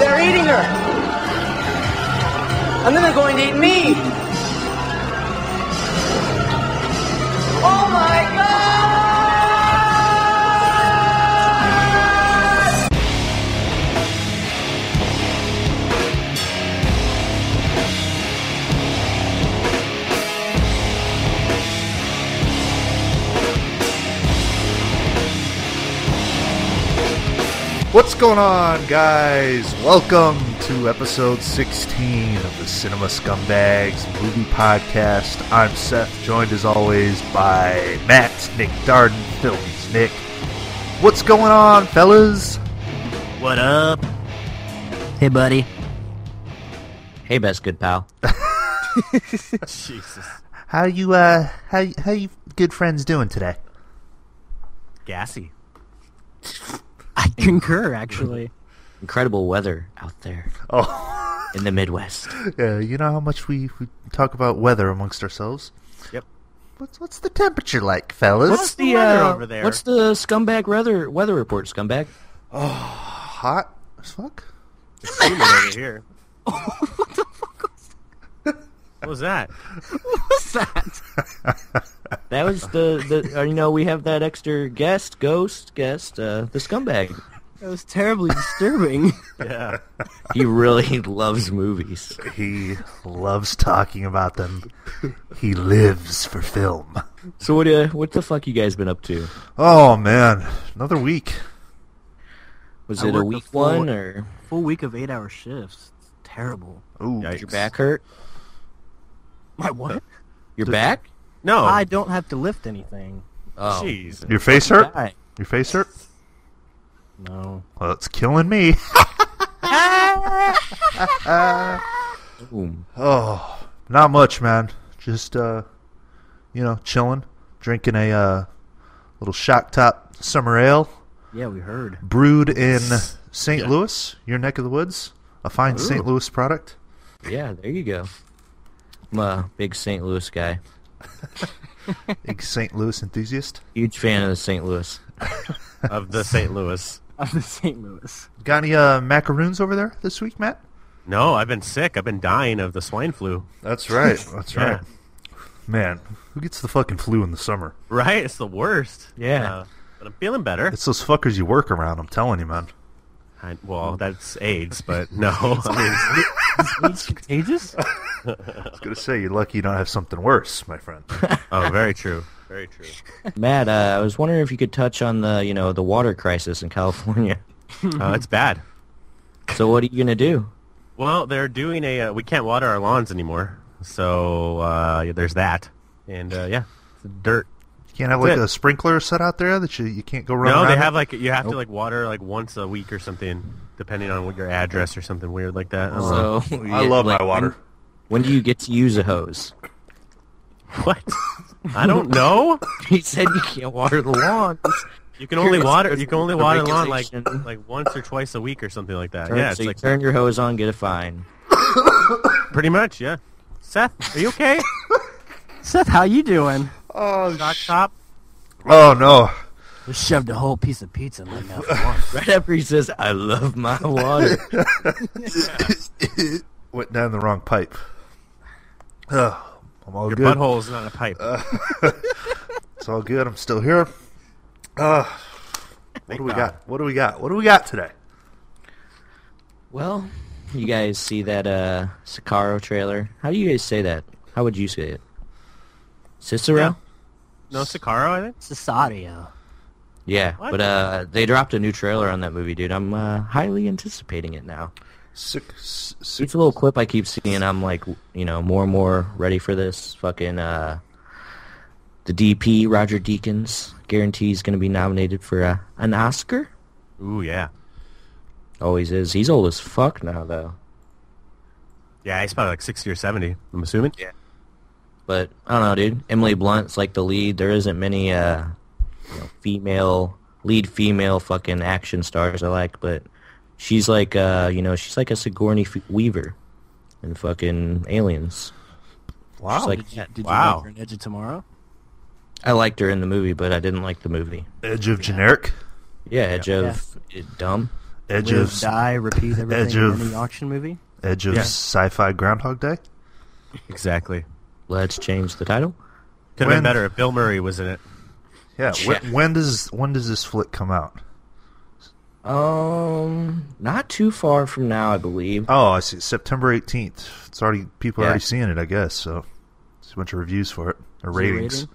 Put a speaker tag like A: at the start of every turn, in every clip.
A: They're eating her. And then they're going to eat me. Oh my
B: What's going on, guys? Welcome to episode 16 of the Cinema Scumbags Movie Podcast. I'm Seth, joined as always by Matt, Nick Darden, Phillies Nick. What's going on, fellas?
C: What up? Hey, buddy. Hey, best good pal.
D: Jesus.
B: How you uh how how you good friends doing today?
D: Gassy.
E: I concur, actually.
C: Incredible weather out there
B: Oh,
C: in the Midwest.
B: yeah, Uh, you know how much we, we talk about weather amongst ourselves.
D: Yep.
B: What's what's the temperature like, fellas?
D: What's the weather over there?
C: uh, What's the scumbag weather weather report, scumbag?
B: hot as fuck?
D: It's humid over here. what was that?
E: What's that?
C: That was the the uh, you know we have that extra guest ghost guest uh, the scumbag.
E: That was terribly disturbing.
D: Yeah.
C: He really loves movies.
B: He loves talking about them. He lives for film.
C: So what uh, what the fuck you guys been up to?
B: Oh man, another week.
C: Was
E: I
C: it a
E: worked a
C: week
E: full-
C: one or
E: Full week of eight-hour shifts. It's terrible.
B: Ooh,
D: Yikes.
C: your back hurt?
E: My what?
C: Your back?
D: No.
E: I don't have to lift anything.
C: Oh,
D: Jeez.
B: Your face hurt?
C: guy.
B: Your face hurt?
E: No.
B: Well, it's killing me.
C: Boom.
B: Oh, not much, man. Just uh, you know, chilling, drinking a uh, little shock top summer ale
E: Yeah, we heard.
B: brewed in St.
D: Yeah.
B: Louis, your neck of the woods. A fine St. Louis product.
C: Yeah, there you go. I'm a big St. Louis guy.
B: Big St. Louis enthusiast.
C: Huge fan of the St. Louis.
D: Of the St. Louis.
E: Of the St. Louis.
B: Got any uh, macaroons over there this week, Matt?
D: No, I've been sick. I've been dying of the swine flu.
B: That's right. That's
D: Yeah.
B: right. Man, who gets the fucking flu in the summer?
D: Right? It's the worst.
C: Yeah.
D: Uh, but I'm feeling better.
B: It's those fuckers you work around. I'm telling you, man.
D: I, well, that's AIDS, but no. I mean,
E: It's contagious?
B: I was gonna say you're lucky you don't have something worse, my friend.
D: oh, very true. Very true.
C: Matt, uh, I was wondering if you could touch on the, you know, the water crisis in California.
D: Uh, it's bad.
C: So what are you gonna do?
D: Well, they're doing a. Uh, we can't water our lawns anymore, so uh, yeah, there's that. And uh, yeah, it's dirt.
B: You can't have like
D: That's it.
B: a sprinkler set out there that you, you can't go run
D: no,
B: around.
D: they
B: in?
D: have like you have to like water like once a week or something, depending on what your address or something weird like that. I don't know.
C: So
B: Oh. I love
C: like,
B: my water.
C: When, when do you get to use a hose?
D: What? I don't know.
C: He said you can't water the lawn.
D: You can only
C: It's-
D: water.
C: it's
D: You can only
C: a
D: water lawn like
C: regulation.
D: like once or twice a week or something like that.
C: Turn,
D: yeah, it's
C: so you
D: like
C: turn your hose on, get a fine.
D: pretty much. Yeah. Seth, are you okay?
E: Seth, how you doing?
B: Oh,
D: Doc
B: sh-
D: Top.
B: oh no!
E: Just shoved a whole piece of pizza in my mouth.
C: Right after he says, "I love my water,"
B: Went down the wrong pipe. Ugh, I'm all
D: Your
B: good.
D: butthole's not a pipe.
C: Uh,
B: It's all good. I'm still here. Uh, what do we got? What do we got? What do we got today?
C: well, you guys see that uh, Sicaro trailer? How do you guys say that? How would you say it? Cicero.
D: Yeah. no Sicaro, I think.
E: Cesario.
C: Yeah,
D: What?
C: but uh, they dropped a new trailer on that movie, dude. I'm uh, highly anticipating it now.
B: Sick, s- sick.
C: Each little clip I keep seeing, I'm like, you know, more and more ready for this. Fucking uh, the DP Roger Deakins guarantees going to be nominated for uh, an Oscar.
D: Ooh yeah.
C: Always is. He's old as fuck now, though.
D: Yeah, he's probably like sixty or seventy. I'm assuming. Yeah.
C: But I don't know, dude. Emily Blunt's like the lead. There isn't many uh, you know, female lead female fucking action stars I like, but she's like uh, you know, she's like a Sigourney F- Weaver in fucking Aliens.
D: Wow.
C: She's like
E: Did you, did you
D: Wow.
E: wow. an edge of tomorrow?
C: I liked her in the movie, but I didn't like the movie.
B: Edge of generic.
C: Yeah, Edge of it, dumb.
B: Edge
E: Live,
B: of
E: die, repeat everything
B: Edge
E: in
B: of-
E: any auction movie.
B: Edge of
D: Yeah.
B: Sci-Fi Groundhog Day.
D: Exactly.
C: Let's change the title.
D: Could have
B: When-
D: been better if Bill Murray was in it.
B: Yeah. wh-
C: Yeah.
B: when does when does this flick come out?
C: Um, not too far from now, I believe.
B: Oh, I see. September eighteenth. It's already people are
C: Yeah.
B: already seeing it, I guess. So there's a bunch of reviews for it or
E: Is it
B: ratings.
E: rating?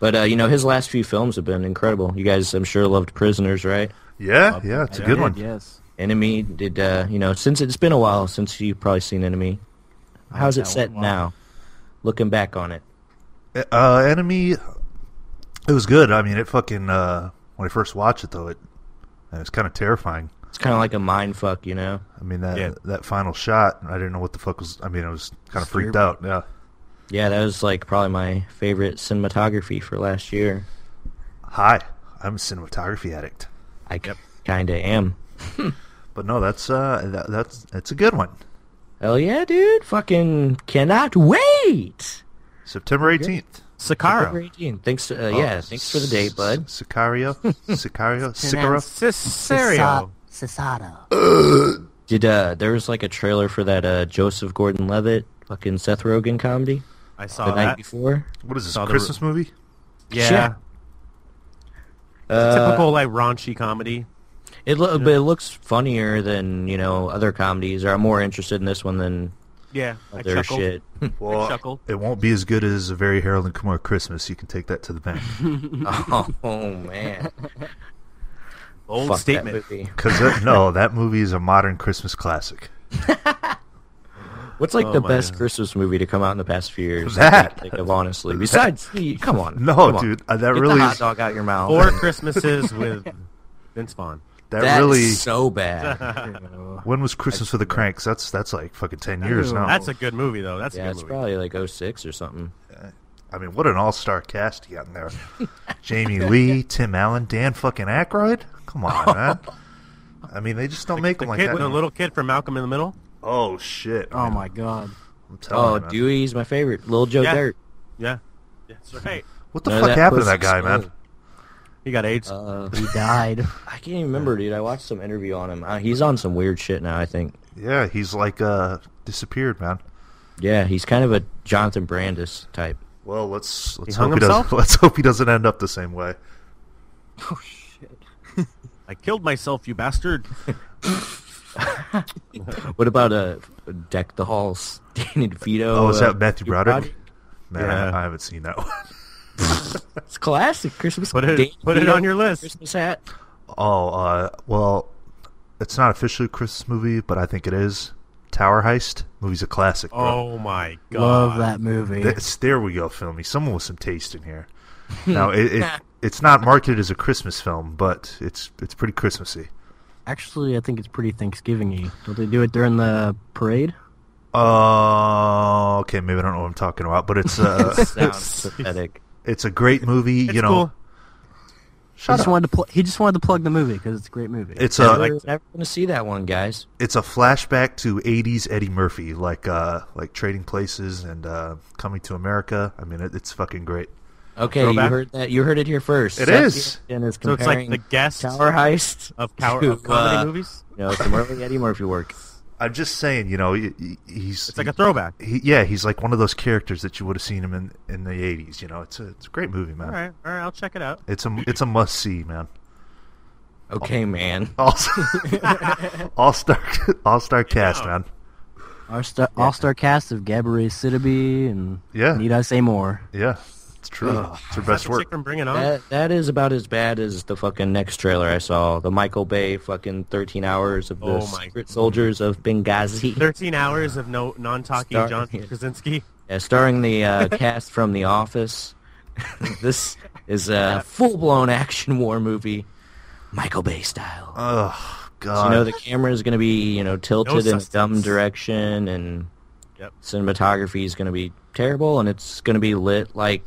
C: But uh, you know, his last few films have been incredible. You guys, I'm sure, loved Prisoners, right?
B: Yeah, yeah, it's a
D: I
B: good
E: Did,
B: one.
E: Yes.
C: Enemy did. Uh, you know, since it's been a while since you've probably seen Enemy. How's it
E: that
C: set
E: one.
C: now? Looking back on it,
B: Uh, Enemy. It was good. I mean, it fucking uh, when I first watched it though, it it was kind of terrifying.
C: it's kind of like a mind fuck, you know.
B: I mean that
D: Yeah.
B: that final shot, I didn't know what the fuck was. I mean, I was kind of freaked out. Yeah,
C: Yeah, that was like probably my favorite cinematography for last year.
B: hi, I'm a cinematography addict.
C: I kind of am.
B: But no, that's uh, that, that's it's a good one.
C: Hell yeah, dude! Fucking cannot wait.
B: September eighteenth.
C: September
D: Sakara.
C: 18th. Thanks. Uh,
D: Oh.
C: yeah, thanks for the date, bud.
B: Sicario, Sicario, Sicario.
E: Pronounced
D: Cesario.
E: Cesada.
C: Did uh, there was like a trailer for that uh Joseph Gordon-Levitt fucking Seth Rogen comedy
D: I
C: the
D: saw
C: night
D: that.
C: before?
B: What is this?
D: Saw the-
B: Christmas movie?
D: Yeah.
C: Yeah. Uh,
D: Typical like raunchy comedy.
C: It lo- but it looks funnier than you know other comedies. Or I'm more interested in this one than
D: Yeah. I
C: other
D: chuckled.
C: shit.
B: Well,
D: chuckled.
B: it won't be as good as a very Harold and Kumar Christmas. You can take that to the bank
C: oh, man,
D: Old
C: Fuck that
D: statement.
C: movie.
B: because no, that movie is a modern Christmas classic.
C: What's like
D: Oh,
C: the
D: my
C: best
D: God.
C: Christmas movie to come out in the past few years? I
B: That.
C: can't think of honestly. Besides, the- come on,
B: No,
C: come on.
B: dude, uh, that
C: Get
B: really
C: the hot
B: is-
C: dog out your mouth.
D: Four Christmases with Vince Vaughn.
B: That,
C: that is
B: really.
C: so bad.
B: when was Christmas for the Cranks? That's that's like fucking ten years
E: Ooh.
B: now.
D: That's a good movie though. That's a
C: yeah,
D: good
C: it's
D: movie.
C: probably like 06 or something.
B: I mean, what an all-star cast you got in there. Jamie Lee, Tim Allen, Dan fucking Aykroyd. Come on, man. I mean, they just don't make
D: the
B: them like
D: kid,
B: that.
D: the little kid from Malcolm in the Middle.
B: oh shit!
E: Oh my god.
B: I'm telling
C: Oh,
B: you, man.
C: Dewey's my favorite. Little Joe
D: Yeah.
C: Dirt.
D: Yeah, that's right.
B: What the
C: No,
B: fuck
C: that
B: happened to
C: pussy
B: that guy, man?
C: smoked.
D: He got AIDS.
C: Uh,
E: He died.
C: I can't even remember, dude. I watched some interview on him. Uh, he's on some weird shit now, I think.
B: Yeah, he's like uh disappeared, man.
C: Yeah, he's kind of a Jonathan Brandis type.
B: Well, let's let's
D: hung
B: hope he doesn't.
D: himself?
B: Let's hope he doesn't end up the same way.
D: I killed myself, you bastard.
C: What about uh, Deck the Halls? Dan and Vito.
B: Oh, is
C: uh,
B: that Matthew Broderick? Man,
D: Yeah.
B: I, I haven't seen that one.
C: It's classic Christmas.
D: Put it-
C: Dan
D: put it
C: Vito,
D: on your list.
C: Christmas hat.
B: Oh, uh, well, it's not officially a Christmas movie, but I think it is. Tower Heist movie's a classic. Bro.
D: Oh my god.
E: Love that movie.
B: That's, there we go, filmy. Someone with some taste in here. Now it, it it's not marketed as a Christmas film, but it's it's pretty Christmassy.
E: Actually, I think it's pretty Thanksgiving-y. Don't they do it during the parade?
B: Uh, okay, maybe I don't know what I'm talking about, but it's uh,
C: Sounds pathetic.
B: it's a great movie.
D: It's
B: you know,
D: cool.
E: He
B: shut
E: just
B: up.
E: wanted to pl- he just wanted to plug the movie because it's a great movie.
B: It's
C: Never,
B: a
C: never gonna see that one, guys.
B: it's a flashback to '80s Eddie Murphy, like uh like Trading Places and uh, Coming to America. I mean, it, it's fucking great.
C: Okay, you
D: Throwback?
C: heard that. You heard it here first.
B: It
C: Seth
B: is.
C: Rogen is
D: So it's like
C: comparing
D: the guest
C: Tower Heist
D: of, cow-
C: to,
D: of comedy
C: uh,
D: movies.
C: You know, some early Eddie Murphy work.
B: I'm just saying, you know, he, he- he's
D: It's like a throwback.
B: he, yeah, he's like one of those characters that you would have seen him in in the '80s. You know, it's a it's a great movie, man.
D: All right, all right, I'll check it out.
B: It's a it's a must see, man.
C: Okay, man.
B: All all star all star cast, man.
E: Our star- all-star cast of Gabrielle Sidibe and
B: Yeah.
E: need I say more?
B: Yeah, it's true. it's her best
D: That's the chick
B: work.
D: from Bring It On.
C: That that is about as bad as the fucking next trailer I saw. The Michael Bay fucking thirteen hours of the
D: Oh my-
C: secret soldiers of Benghazi,
D: Thirteen hours of no non-talking
C: Star-
D: John Krasinski.
C: yeah, starring the uh, cast from The Office. this is a full blown action war movie, Michael Bay style.
B: Oh
C: So, you
B: God,
C: know the camera is going to be you know tilted in a dumb
D: substance.
C: direction, and
D: Yep.
C: cinematography is going to be terrible, and it's going to be lit like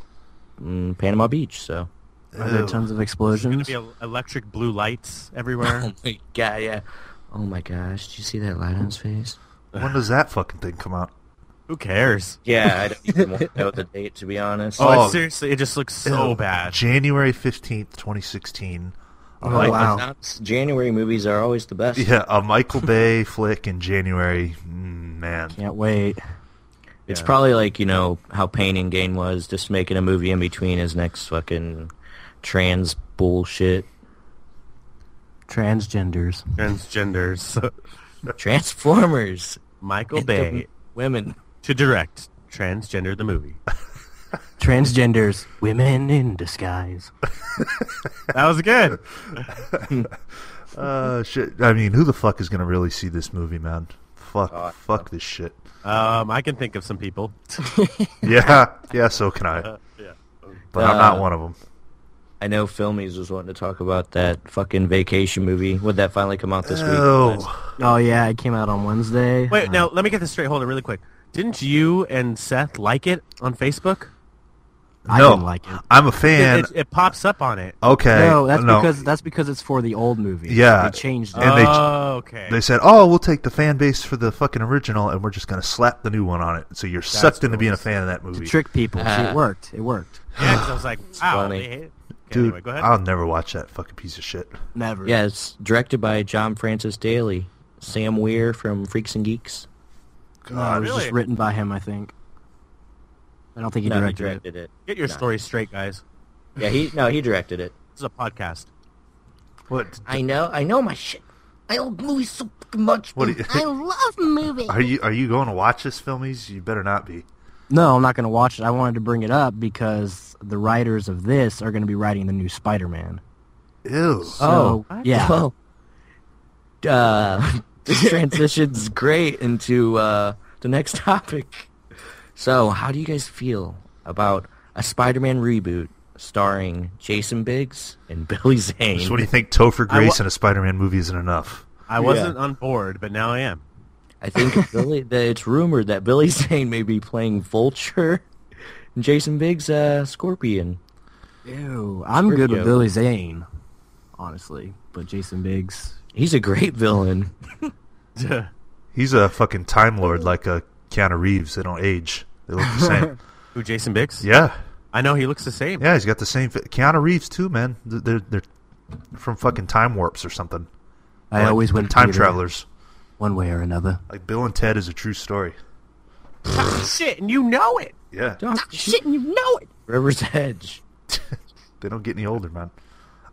C: mm, Panama Beach. So.
E: Are there
B: Ew.
E: tons of
D: Gonna
E: explosions?
D: be el- electric blue lights everywhere.
C: Oh my god, yeah. Oh my gosh, did you see that light on his face?
B: when does that fucking thing come out?
D: Who cares?
C: Yeah, I don't even want to know the date to be honest.
D: Oh,
B: Oh.
D: it's seriously, it just looks so
B: Ew.
D: bad.
B: January fifteenth, twenty sixteen.
C: I
E: Oh,
C: like the
E: wow.
C: sounds. January movies are always the best.
B: Yeah, a Michael Bay flick in January. Mm, man,
E: Can't wait.
C: It's
D: Yeah.
C: probably like, you know, how Pain and Gain was, just making a movie in between his next fucking trans bullshit.
E: Transgenders.
D: Transgenders.
C: Transformers.
D: Michael Bay
C: Women.
D: to direct Transgender the movie.
E: Transgenders. Women in disguise.
D: That was good.
B: uh, shit. I mean, who the fuck is gonna really see this movie, man? Fuck,
E: Oh,
B: fuck this shit.
D: Um, I can think of some people.
B: Yeah, yeah. So can I,
D: Uh, yeah.
B: but I'm not
C: Uh,
B: one of them.
C: I know Filmies was wanting to talk about that fucking vacation movie. Would that finally come out this week?
B: Oh,
E: Oh yeah, it came out on Wednesday.
D: Wait,
E: Uh,
D: now let me get this straight. Hold on, really quick. Didn't you and Seth like it on Facebook?
E: I
B: no.
E: didn't like it.
B: I'm a fan.
D: it, it, it pops up on it.
B: okay,
E: No, that's because that's because it's for the old movie.
B: Yeah.
E: they changed it.
B: And they-
D: oh, okay.
B: they said, "Oh, we'll take the fan base for the fucking original, and we're just gonna slap the new one on it." So you're sucked
D: what
B: into
D: it
B: being a
D: was.
B: fan of that movie,
E: to trick people. See,
C: Ah.
E: it worked. It worked.
D: yeah, 'cause I was like, wow,
C: funny.
D: they hate it. Okay,
B: dude.
D: anyway, go ahead.
B: I'll never watch that fucking piece of shit.
E: Never.
C: Yeah, it's directed by John Francis Daly, Sam Weir from Freaks and Geeks.
E: No, it was
D: really?
E: just written by him, I think. I don't think he
C: no, he
E: directed, it.
C: directed it.
D: get your story straight, guys.
C: Yeah, he no, he directed it.
D: This is a podcast.
B: What?
C: I know, I know my shit. I love movies so fucking much.
B: What? Are you,
F: I love movies.
B: are you are you going to watch this, filmies? You better not be.
E: No, I'm not going to watch it. I wanted to bring it up because the writers of this are going to be writing the new Spider-Man.
B: Ew.
E: So,
D: what?
E: yeah.
C: Whoa. Uh, this transition's great into uh, the next topic. So, how do you guys feel about a Spider-Man reboot starring Jason Biggs and Billy Zane?
B: So what do you think? Topher Grace
D: wa-
B: in a Spider-Man movie isn't enough.
D: I wasn't on board, but now I am.
C: I think Billy, that it's rumored that Billy Zane may be playing Vulture and Jason Biggs uh, Scorpion.
E: Ew, I'm good with
C: Scorpio.
E: Billy Zane, honestly. But Jason Biggs,
C: He's a great villain.
B: He's a fucking time lord, like a Keanu Reeves. They don't age. They look the same.
D: Who, Jason Biggs?
B: yeah,
D: I know he looks the same.
B: yeah. He's got the same. Fi- Keanu Reeves too, man. Th- They're they're from fucking time warps or something.
E: I
B: Like,
E: always went
B: time
E: Peter,
B: travelers.
E: one way or another.
B: Like Bill and Ted is a true story.
D: Shit, and you know it.
B: Yeah,
F: Shit, and you know it.
C: River's Edge.
B: they don't get any older, man.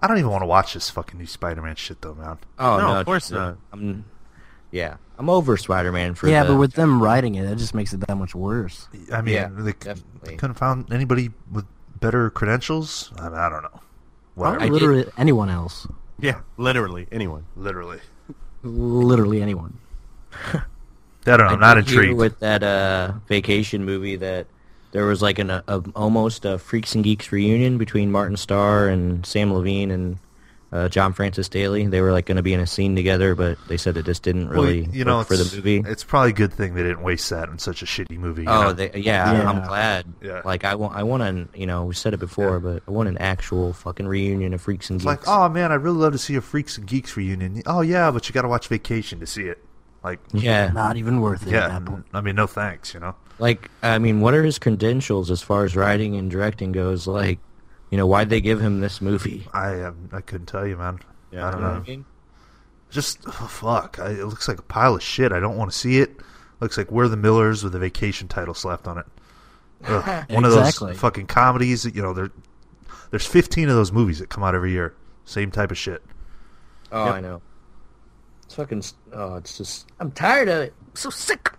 B: I don't even want to watch this fucking new Spider-Man shit, though, man.
C: Oh
D: No,
C: no,
D: of course not.
C: I'm, yeah, I'm over Spider-Man for
E: Yeah,
C: the-
E: but with them writing it, that just makes it that much worse.
B: I mean,
C: Yeah,
B: they, c-
C: definitely.
B: they couldn't found anybody with better credentials. I, mean, I don't know. Whatever.
C: I did-
E: literally anyone else,
D: Yeah, literally anyone.
B: Literally,
E: literally anyone.
B: I don't know.
C: I
B: I'm not
C: did hear
B: intrigued.
C: with that uh, vacation movie that there was like an a, a- almost a Freaks and Geeks reunion between Martin Starr and Sam Levine and uh, John Francis Daly. They were like going to be in a scene together, but they said it just didn't
B: Well,
C: really
B: you know,
C: work for the
B: it's-
C: movie.
B: It's probably a good thing they didn't waste that in such a shitty movie. you know?
C: Oh, they, yeah,
E: Yeah.
C: I'm glad.
B: Yeah.
C: Like I want, I want an, you know, we said it before, but I want an actual fucking reunion of Freaks and
B: It's
C: Geeks.
B: like, oh man, I'd really love to see a Freaks and Geeks reunion. Oh yeah, but you got to watch Vacation to see it. Like,
C: yeah,
E: Not even worth it.
B: yeah,
E: at that point.
B: I mean, no thanks, you know.
C: like I mean, what are his credentials as far as writing and directing goes? Like, you know, why'd they give him this movie?
B: I um, I couldn't tell you, man.
D: Yeah,
B: I don't
D: I
B: know.
D: don't
B: Just oh, fuck. I, it looks like a pile of shit. I don't want to see it. Looks like We're the Millers with a vacation title slapped on it. Ugh, One of those
E: Exactly.
B: fucking comedies that you know there. There's 15 of those movies that come out every year. Same type of shit.
C: Oh, I know. It's fucking. Oh, it's just. I'm tired of it. I'm so sick.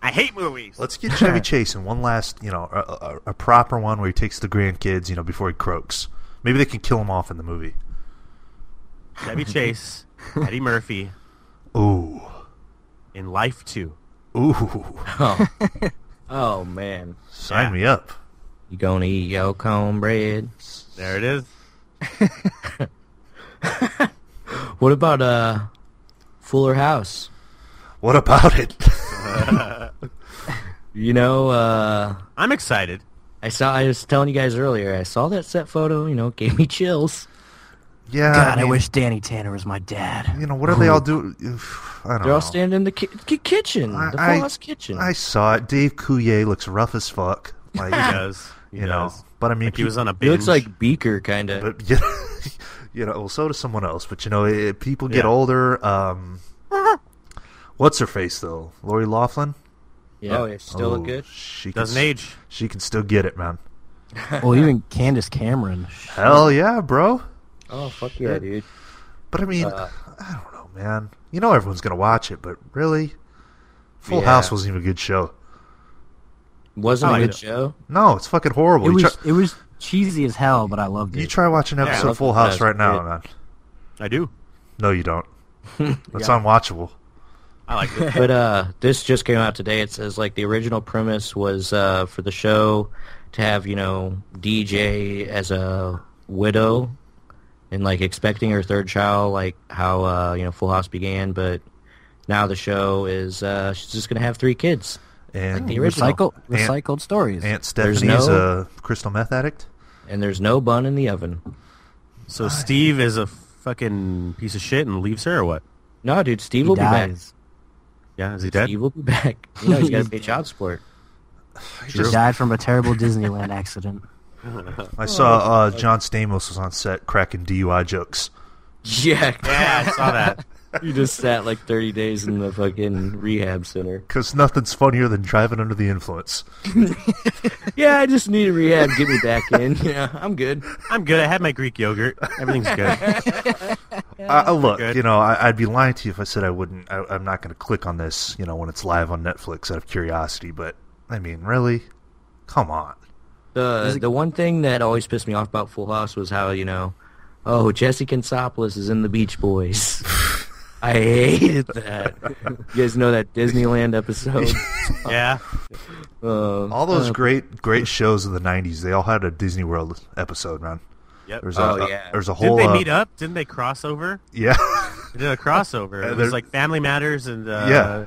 D: I hate movies.
B: Let's get Chevy Chase in one last, you know, a, a, a proper one where he takes the grandkids, you know, before he croaks. Maybe they can kill him off in the movie.
D: Chevy Chase, Eddie Murphy
B: Ooh,
D: in Life 2.
B: ooh,
C: Oh. oh man.
B: sign
D: Yeah.
B: me up.
C: You gonna eat your cornbread?
D: There it is.
C: What about uh, Fuller House?
B: What about it?
C: You know, uh,
D: I'm excited.
C: I saw. I was telling you guys earlier. I saw that set photo. You know, it gave me chills. Uh,
B: yeah,
E: God, I,
B: mean,
E: wish Danny Tanner was my dad.
B: You know, what are they all doing? I don't
C: They're
B: know.
C: all standing in the ki- ki- kitchen,
B: I-
C: the
B: I-
C: Full House kitchen.
B: I saw it. Dave Coulier looks rough as fuck. Like,
D: He does. He
B: you know,
D: does.
B: but I mean,
D: Like he was on a
C: he
D: binge.
C: looks like Beaker, kind of.
B: But yeah, You know, well, so does someone else. But you know, it, people get
D: Yeah.
B: older. Um, what's her face though? Lori Laughlin
C: Yeah. Oh, it's still
B: Oh,
C: look good.
B: She can
D: Doesn't
B: s-
D: age.
B: She can still get it, man.
E: Well, even Candace Cameron.
B: Hell yeah, bro.
C: Oh fuck yeah, dude.
B: But I mean,
C: Uh,
B: I don't know, man. You know everyone's gonna watch it, but really, Full
C: Yeah.
B: House wasn't even a good show.
C: Wasn't
D: I
C: a
D: like
C: good
D: it.
C: show.
B: No, it's fucking
E: It
B: horrible. You,
E: was
B: try,
E: it was cheesy as hell, but I loved
B: you
E: it.
B: try watching an
D: I
B: episode of
C: love
B: Full
C: Full
B: House
C: House.
B: right now,
C: It-
B: man.
D: I do.
B: No, you don't. That's
E: Yeah.
B: unwatchable.
D: I like it.
C: But uh, this just came out today. It says like the original premise was uh, for the show to have you know DJ as a widow and like expecting her third child, like how uh, you know Full House began. But now the show is uh, she's just gonna have three kids.
B: And
C: the original-
E: Recycled
B: Aunt-
E: recycled stories.
B: Aunt
C: There's
B: Stephanie's
C: no-
B: a crystal meth addict.
C: And there's no bun in the oven.
D: so Steve is a fucking piece of shit and leaves her or what?
C: No, dude, Steve
E: He
C: will
E: dies.
D: Yeah, is he
C: be back.
D: dead?
C: Steve will be back. You know he's got to pay child support.
E: He died from a terrible Disneyland accident.
B: I
C: Oh.
B: saw uh, John Stamos was on set cracking DUI jokes.
C: Yeah,
D: Yeah, I saw that.
C: you just sat like 30 days in the fucking rehab center.
B: Because nothing's funnier than driving under the influence.
C: Yeah, I just need a rehab. Get me back in. Yeah, I'm good.
D: I'm good. I had my Greek yogurt. Everything's good.
B: I, I Uh, look,
D: good.
B: you know, I, I'd be lying to you if I said I wouldn't. I, I'm not going to click on this, you know, when it's live on Netflix out of curiosity. But I mean, really, come on.
C: The the one thing that always pissed me off about Full House was how you know, oh Jesse Consopolis is in the Beach Boys. I hated that. you guys know that Disneyland episode.
D: Yeah.
C: Um,
B: All those great, great shows of the '90s, they all had a Disney World episode, man.
D: Yep.
B: There's
C: Oh,
B: a, a-
C: yeah.
B: there's a
D: Didn't
B: whole.
D: they
B: uh,
D: meet up? Didn't they cross over?
B: Yeah,
D: They did a crossover.
B: Uh,
D: It
B: they're-
D: was like Family Matters and uh,
B: Yeah.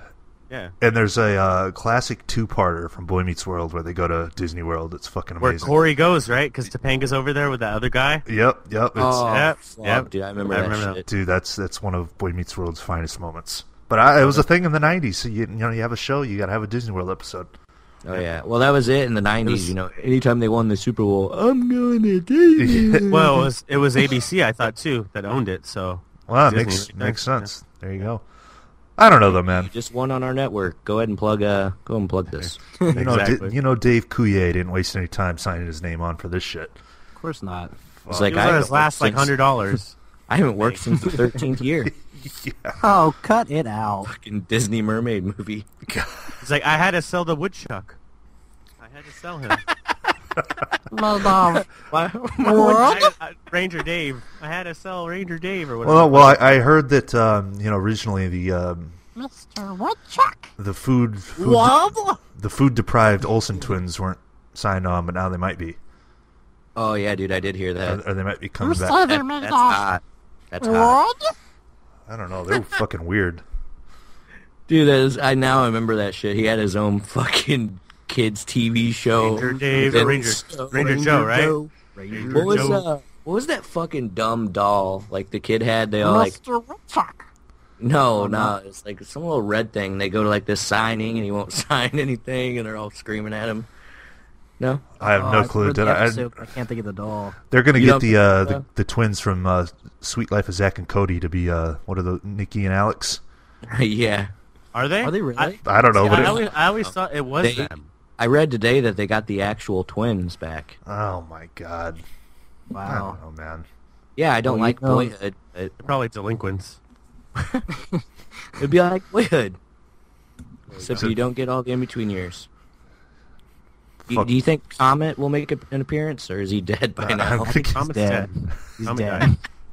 D: yeah.
B: and there's a uh, classic two-parter from Boy Meets World where they go to Disney World. It's fucking
D: Where
B: amazing.
D: Corey goes, right? Because Topanga's over there with that other guy.
B: Yep, yep. It's,
C: Oh,
D: Yep,
C: fuck,
D: yep.
C: dude, I remember
D: I
C: that
D: remember
C: shit.
B: Dude, that's that's one of Boy Meets World's finest moments. But I, it was a thing in the '90s. So you, you know, you have a show, you got to have a Disney World episode.
C: Oh yeah. Well, that was it in the '90s. You know, anytime they won the Super Bowl, I'm going to Disney.
D: Well, it was it was ABC, I thought too, that owned it. So
B: Well, that
D: Disney,
B: makes
D: right there.
B: makes sense. There you go. I don't know though, man.
C: Just one on our network. Go ahead and plug. Uh, go and plug this.
B: You know, Di-
D: Exactly.
B: you know, Dave Coulier didn't waste any time signing his name on for this shit.
E: Of course not.
C: It's like
D: it was on
C: I
D: his last like hundred dollars.
C: I haven't worked since the 13th year.
E: Oh, cut it out.
C: Fucking Disney mermaid movie.
D: He's like, I had to sell the woodchuck. I had to sell him.
E: Love.
D: Why- I- I- Ranger Dave. I had to sell Ranger Dave or whatever.
B: Well, well, I, I heard that um, you know originally the um,
F: Mr. Woodchuck.
B: the food, food
F: Wobble.
B: the food deprived Olsen twins weren't signed on, but now they might be,
C: Oh yeah, dude, I did hear that.
B: or, or they might be coming
F: Who's
B: back.
F: Southern
C: That's
F: Miss Oz?
C: hot. That's hot.
F: Wood?
B: I don't know. They're fucking weird.
C: Dude, that is, I now remember that shit. He had his own fucking kids TV show.
D: Ranger Dave,
C: Then-
D: Ranger, Ranger Joe, right? Ranger
C: What was
D: Joe.
C: uh, what was that fucking dumb doll like the kid had? They all like
F: Mr. Woodchuck.
C: no, Oh, no, it's like some little red thing. They go to like this signing and he won't sign anything, and they're all screaming at him. No,
B: I
E: Oh,
B: have no clue. Did I, I,
E: I can't think of the doll.
B: they're going to
C: You
B: get
C: don't
B: the,
C: think-
B: uh, the
C: uh,
B: the twins from uh, Sweet Life of Zach and Cody to be uh, what are the Nikki and Alex?
C: yeah.
D: Are they?
E: Are they really?
D: I,
B: I don't know,
D: I,
B: but it,
D: always, I always thought it was
C: They-
D: them.
C: I read today that they got the actual twins back.
B: oh my god, I
E: wow.
B: don't know, man.
C: Yeah, I
E: Well,
C: don't
E: you
C: like
E: know-
C: boyhood. It,
D: They're probably delinquents.
C: it'd be like boyhood, except you don't get all the in between years. Do,
B: Fuck.
C: do you think Comet will make a, an appearance, or is he dead by
B: I
C: now?
B: don't think
D: Thomas
E: dead.
D: dead.
E: He's
D: Tommy
E: dead.
D: died.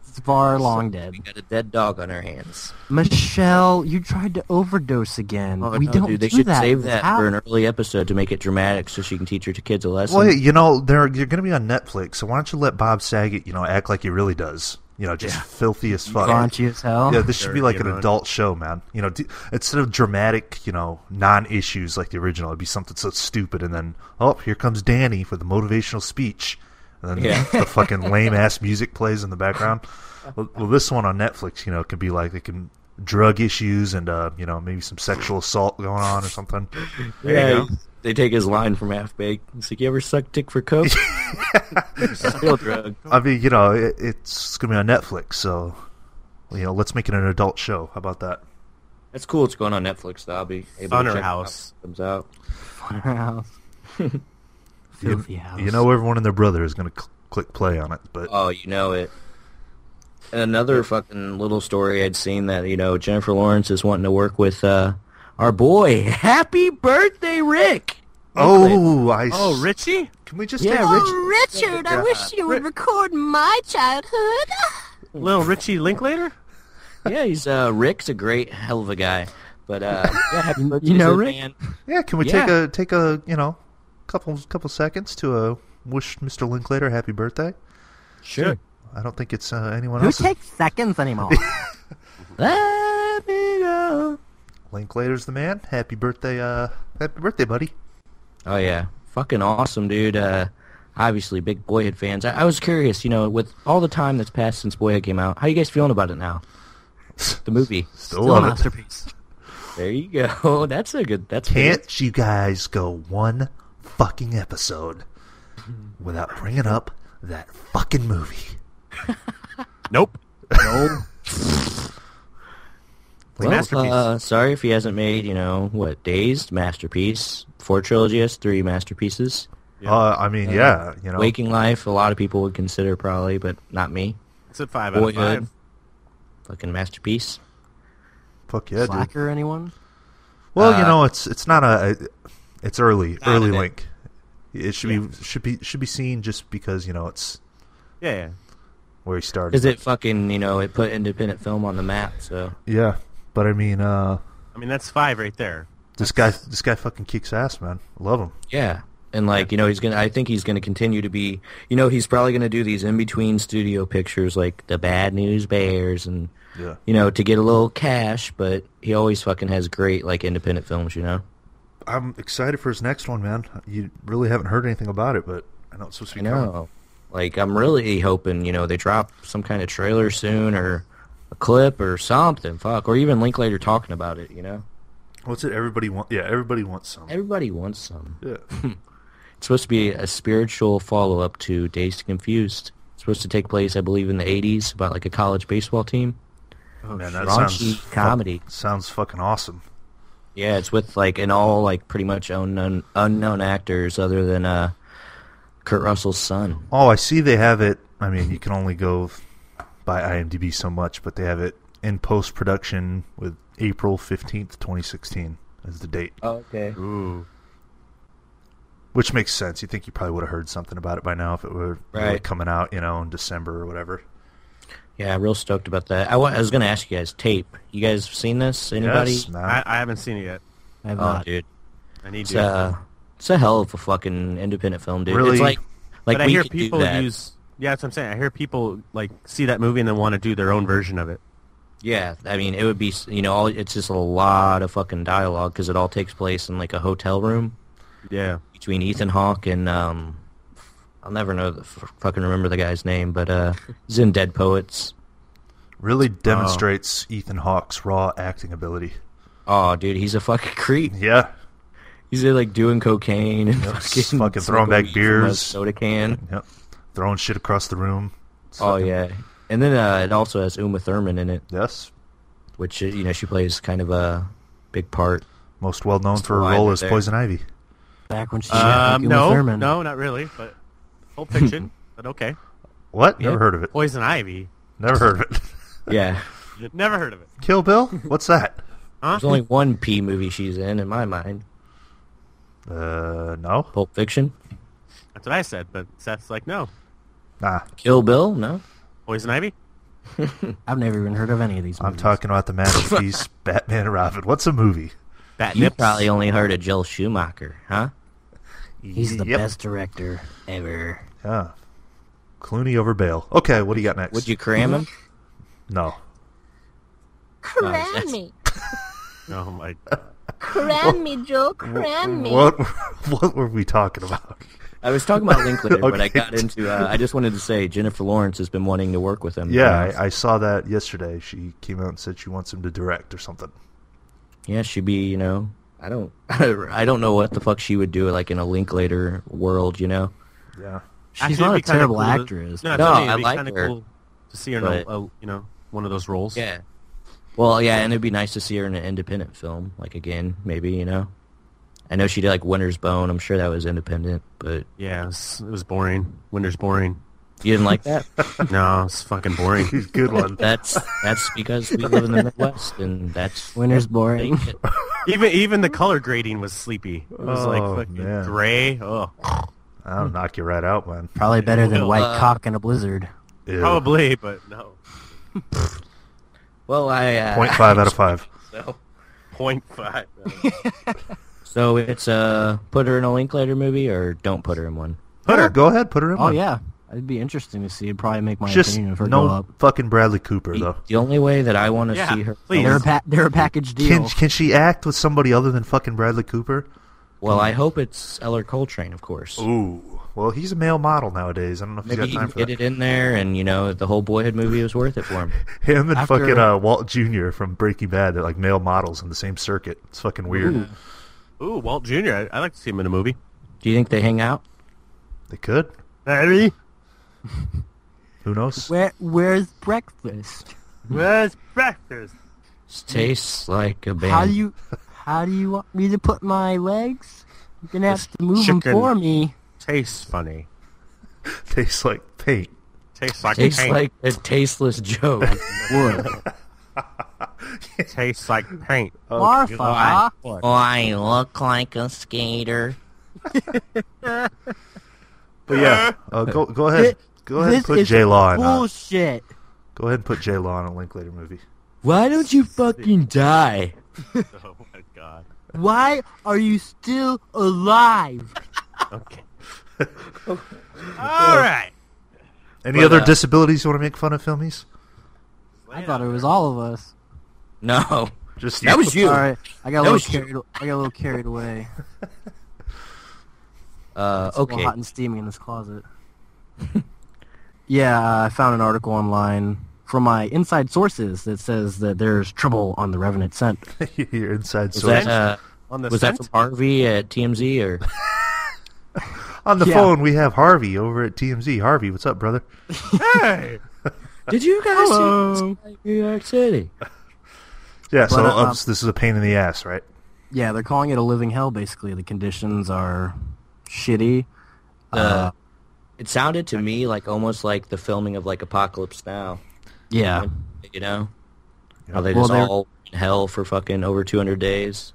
E: He's far long dead.
C: We got a dead dog on our hands. Oh,
E: Michelle, you tried to overdose again. we
C: No,
E: don't
C: dude, they
E: do
C: should
E: that.
C: save that
E: How-
C: for an early episode to make it dramatic, so she can teach her kids a lesson.
B: Well, you know, they're you're going to be on Netflix, so why don't you let Bob Saget, you know, act like he really does, you know, just filthy as fuck.
E: Raunchy as hell.
B: Yeah, this should be
D: Sure,
B: like
D: you
B: an
D: know.
B: adult show, man. You know, d- instead of dramatic, you know, non-issues like the original, it'd be something so stupid, and then oh, here comes Danny with a motivational speech, and then
C: Yeah.
B: the fucking lame ass music plays in the background. well, well, this one on Netflix, you know, could be like it can drug issues and uh, you know maybe some sexual assault going on or something.
D: There you go.
C: they take his line from Half Baked. It's like, you ever suck dick for coke? It's a real drug.
B: I mean, you know, it, it's gonna be on Netflix, so you know, let's make it an adult show. How about that?
C: That's cool. It's going on Netflix. Though. I'll be able
D: Funner
C: to check it out
D: House.
C: when it comes out.
E: Funhouse. Filthy house.
B: You know, everyone and their brother is gonna cl- click play on it, but
C: Oh, you know it. And another fucking little story I'd seen that you know Jennifer Lawrence is wanting to work with uh, our boy. Happy birthday, Rick!
B: oh, I s-
D: Oh, Richie?
B: Can we just
E: Yeah,
B: take-
E: Rich-
F: Oh, Richard, I wish you would record my childhood.
D: Little Richie Linklater?
C: Yeah, he's uh, Rick's a great hell of a guy. But uh, yeah, happy
E: You
C: birthday,
E: know
C: to the
E: Rick?
C: man.
B: Yeah, can we take
C: Yeah.
B: a take a you know, couple couple seconds to uh, wish Mr. Linklater happy birthday?
C: Sure.
B: I don't think it's uh, anyone
E: Who
B: else.
E: takes seconds anymore?
C: Let me go.
B: Linklater's the man. Happy birthday, uh, happy birthday, buddy.
C: Oh yeah, fucking awesome, dude. Uh, obviously, big Boyhood fans. I-, I was curious, you know, with all the time that's passed since Boyhood came out, how you guys feeling about it now? The movie.
B: Still,
E: Still a
B: love it.
E: masterpiece.
C: There you go. That's a good. That's good.
B: Can't you guys go one fucking episode without bringing up that fucking movie?
D: Nope.
C: Well,
D: masterpiece.
C: Uh, sorry if he hasn't made, you know, what, Dazed, Masterpiece, four trilogies, three masterpieces.
B: Uh, I mean, yeah, you know,
C: Waking Life, a lot of people would consider probably, but not me.
D: It's a five out of
C: Boyhood,
D: five.
C: fucking Masterpiece.
B: fuck yeah, dude.
E: Slacker, anyone?
B: Well, you
C: Uh,
B: know, it's it's not a, it's early,
C: out
B: early
C: of it.
B: link. It should be should be should be seen just because you know it's
D: Yeah, yeah.
B: where he started.
C: Because it fucking, you know, it put independent film on the map, so.
B: Yeah, but I mean, uh,
D: I mean, that's five right there.
B: this guy this guy fucking kicks ass, man. Love him.
C: Yeah. And like, you know, he's gonna I think he's gonna continue to be you know, he's probably gonna do these in between studio pictures like the bad news bears and
B: Yeah.
C: you know, to get a little cash, but he always fucking has great like independent films, you know?
B: I'm excited for his next one, man. You really haven't heard anything about it, but I know it's supposed to
C: I
B: be coming.
C: know. Like I'm really hoping, you know, they drop some kind of trailer soon or a clip or something, fuck. Or even Linklater talking about it, you know?
B: What's it? Everybody wants. Yeah, everybody wants some.
C: Everybody wants some.
B: Yeah.
C: It's supposed to be a spiritual follow up to Dazed and Confused. It's supposed to take place, I believe, in the eighties, about like a college baseball team.
B: man, that
C: Oh, Raunchy
B: sounds fuck-
C: comedy.
B: sounds fucking awesome.
C: Yeah, it's with like an all like pretty much unknown unknown actors other than uh Kurt Russell's son.
B: Oh, I see they have it. I mean, you can only go by IMDb so much, but they have it in post production with April fifteenth, twenty sixteen, as the date,
C: Oh, okay.
D: Ooh.
B: which makes sense. You think you probably would have heard something about it by now if it were really
C: Right.
B: coming out, you know, in December or whatever.
C: Yeah, real stoked about that. I wa- I was gonna ask you guys tape. You guys seen this? Anybody?
B: Yes, man.
D: I, I haven't seen it yet.
E: I have
C: Oh,
E: not.
C: dude,
D: I need
C: it's uh,
D: to.
C: a it's a hell of a fucking independent film, dude.
B: Really?
C: It's like like
D: but I
C: we
D: hear
C: could do
D: people
C: that.
D: use. Yeah, that's what I'm saying. I hear people like see that movie and then want to do their own version of it.
C: Yeah, I mean it would be you know all it's just a lot of fucking dialogue because it all takes place in like a hotel room
D: Yeah.
C: between Ethan Hawke and um I'll never know the, f- fucking remember the guy's name, but uh he's in Dead Poets.
B: really demonstrates Ethan Hawke's raw acting ability.
C: Oh, dude, he's a fucking creep.
B: Yeah,
C: He's there, like doing cocaine and fucking,
B: fucking throwing back
C: smoking weed from a
B: beers.
C: soda can.
B: yep. Throwing shit across the room. It's
C: Oh
B: fucking-
C: yeah, and then uh, it also has Uma Thurman in it,
B: Yes.
C: which uh, you know she plays kind of a big part.
B: Most well known for her
C: Line
B: role
C: right
B: as
C: there.
B: Poison Ivy.
E: Back when she
B: Uh,
D: Um,
E: was
D: no,
E: Thurman.
D: no, not really. But Pulp Fiction. but okay.
B: What? Never
C: Yeah.
B: heard of it.
D: Poison Ivy.
B: Never heard of it.
C: Yeah,
D: Never heard of it.
B: Kill Bill? What's that?
D: Huh?
C: there's only one P movie she's in in my mind.
B: Uh, no.
C: Pulp Fiction,
D: That's what I said. But Seth's like, no.
B: Nah.
C: Kill Bill. No,
D: Poison Ivy.
E: I've never even heard of any of these
B: I'm
E: movies.
B: talking about the masterpiece Batman and Robin. What's a movie?
D: Bat
C: you
D: nips.
C: probably only heard of Joel Schumacher, huh?
E: He's the
B: Yep.
E: best director ever.
B: Yeah. Clooney over Bale. Okay, what do you got next?
C: Would you cram him?
B: No.
F: Cram me.
D: Oh my.
F: Cram me, Joe. Cram me.
B: What what were we talking about?
C: I was talking about Linklater, but I
B: Okay.
C: got into. Uh, I just wanted to say Jennifer Lawrence has been wanting to work with him. Uh,
B: Yeah, I, I saw that yesterday. She came out and said she wants him to direct or something.
C: yeah, she'd be you know I don't I don't know what the fuck she would do like in a Linklater world, you know.
B: Yeah.
E: She's
D: Actually, it'd
E: not
D: be
E: a
D: kinda
E: terrible
D: cool to-
E: actress.
C: No,
D: No, no
C: I
D: it'd be
C: like
D: kind of
C: her,
D: cool to see her in a,
C: but-
D: a, you know one of those roles.
C: Yeah. Well, yeah, and it'd be nice to see her in an independent film, like again, maybe you know. I know she did like Winter's Bone. I'm sure that was independent, but
D: yeah, it was, it was boring. Winter's boring.
C: you didn't like that.
D: no, it's fucking boring.
B: Good one.
C: That's that's because we live in the Midwest, and that's
E: Winter's boring.
D: even even the color grading was sleepy. It was
B: Oh,
D: like fucking
B: man.
D: gray. Oh,
B: I'll knock you right out, man.
E: Probably better than
D: Well,
E: white
C: uh,
E: cock in a blizzard.
B: Ew.
D: probably, but no.
C: Well, I uh,
B: Point 0.5 out of 5.
D: So, point five.
C: So it's uh, put her in a Linklater movie, or don't put her in one.
B: Put her. Go ahead, put her in
E: Oh
B: one.
E: yeah, it'd be interesting to see. It'd probably make my
B: Just
E: opinion of her go
B: no
E: up.
B: fucking Bradley Cooper,
C: The,
B: though.
C: the only way that I want to
D: Yeah,
C: see her,
D: please.
E: They're a, pa- they're a package deal.
B: Can, can she act with somebody other than fucking Bradley Cooper?
C: well, I hope it's Eller Coltrane, of course.
B: Ooh. Well, he's a male model nowadays. I don't know if
C: Maybe
B: he's
C: he
B: got
C: can
B: time for
C: get
B: that.
C: it in there, and you know, the whole Boyhood movie was worth it for him.
B: Him and
E: After-
B: fucking uh, Walt Jr. from Breaking Bad, they're like male models in the same circuit. It's fucking weird.
D: Ooh, Walt Jr. I, I like to see him in a movie.
C: Do you think they hang out?
B: They could.
D: Harry,
B: Who knows?
E: Where where's breakfast?
D: where's breakfast?
C: Tastes like a band.
E: How do you how do you want me to put my legs? You're gonna have to move them
D: chicken.
E: for me.
D: Tastes funny.
B: Tastes like paint.
D: Tastes like
C: Tastes
D: paint.
C: like a tasteless joke.
E: Wood.
D: Tastes like paint.
B: Oh,
E: Marfa.
C: I look like a skater.
B: But yeah, uh, go go ahead. Go ahead and
E: This
B: put
E: is
B: J Law in. Uh,
E: bullshit.
B: go ahead and put J Law in a Linklater movie.
C: Why don't you fucking die?
D: Oh my god.
E: Why are you still alive?
D: Okay. All right.
B: Any
C: But,
B: other
C: uh,
B: disabilities you want to make fun of, filmies?
E: I thought it was all of us.
C: No,
B: Just
C: that was you.
E: Sorry, I got a
C: That
E: little
C: was you.
E: carried. I got a little carried away.
C: Uh,
E: It's a little
C: okay.
E: hot and steamy in this closet. yeah, I found an article online from my inside sources that says that there's trouble on the Revenant scent.
B: your inside
C: Was
B: source.
C: that uh,
D: On the
C: was that from Harvey at TMZ or?
B: On the
E: yeah.
B: phone, we have Harvey over at TMZ. Harvey, what's up, brother?
C: Did you guys see New York City?
B: Yeah, so
E: But, uh,
B: um, this is a pain in the ass, right?
E: Yeah, they're calling it a living hell. Basically, the conditions are shitty.
C: Uh, it sounded to me like almost like the filming of like Apocalypse Now.
E: Yeah,
C: You know, are they
E: Well,
C: just
E: they're-
C: all in hell for fucking over two hundred days?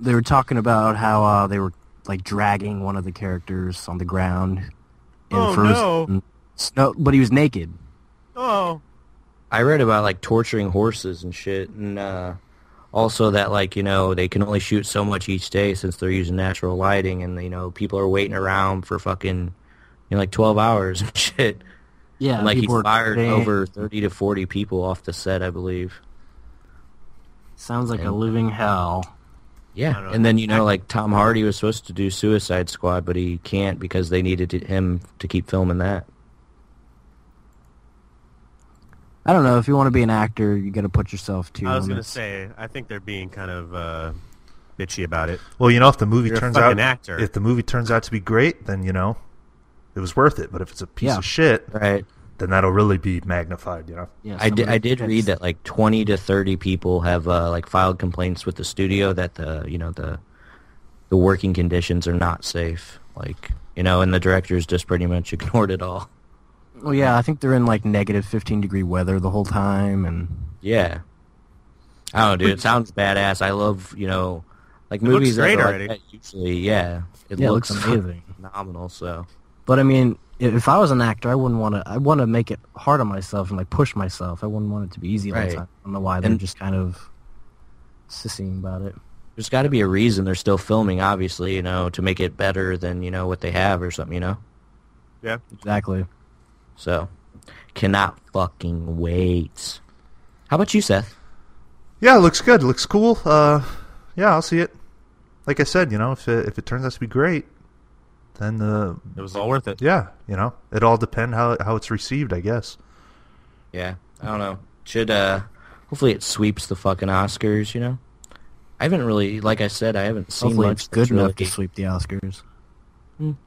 E: they were talking about how uh, they were like dragging one of the characters on the ground. and
D: Oh,
E: for-
D: no.
E: No, but he was naked.
D: Oh.
C: I read about like torturing horses and shit, and uh, also that like you know they can only shoot so much each day since they're using natural lighting, and you know people are waiting around for fucking you know like twelve hours and shit.
E: Yeah,
C: And, like he
E: people were
C: fired
E: banned.
C: over thirty to forty people off the set, I believe.
E: Sounds like a living hell.
D: don't
C: Yeah,
D: know.
C: and then you know, like Tom Hardy was supposed to do Suicide Squad, but he can't because they needed to- him to keep filming that.
E: I don't know. If you want to be an actor, you got to put yourself to. your
D: I was gonna
E: limits.
D: say. I think they're being kind of uh, bitchy about it.
B: Well, you know, if the movie
D: You're a
B: turns out
D: fucking actor.
B: if the movie turns out to be great, then you know, it was worth it. But if it's a piece
E: Yeah.
B: of shit,
C: Right.
B: then that'll really be magnified. You know,
E: Yeah,
C: I did,
E: somebody-
C: I did read that like twenty to thirty people have uh, like filed complaints with the studio that the you know the the working conditions are not safe. Like you know, and the directors just pretty much ignored it all.
E: Well, yeah, I think they're in like negative 15 degree weather the whole time, and
C: Yeah. I don't know, dude. It sounds badass. I love you know, like
D: looks
C: movies
D: great
C: that are
D: already.
C: like that usually. Yeah, it
E: Yeah, it
C: looks
E: looks amazing.
C: phenomenal. So.
E: But I mean, i- if I was an actor, I wouldn't want to. I want to make it hard on myself and like push myself. I wouldn't want it to be easy all
C: Right.
E: the time. I don't know why they're
C: And-
E: just kind of sissying about it.
C: There's got to be a reason they're still filming, obviously, you know, to make it better than you know what they have or something, you know.
D: Yeah.
E: Exactly.
C: So, cannot fucking wait. How about you, Seth?
B: yeah, it looks good, looks cool. Uh, yeah, I'll see it. Like I said, you know, if it, if it turns out to be great, then the
D: It was all worth it.
B: yeah, you know, it all depend how how it's received, I guess.
C: Yeah, I don't know. Should uh, hopefully it sweeps the fucking Oscars, you know. I haven't really, like I said, I haven't seen
E: Hopefully,
C: much.
E: it's good
C: that's
E: enough to
C: really-
E: sweep the Oscars.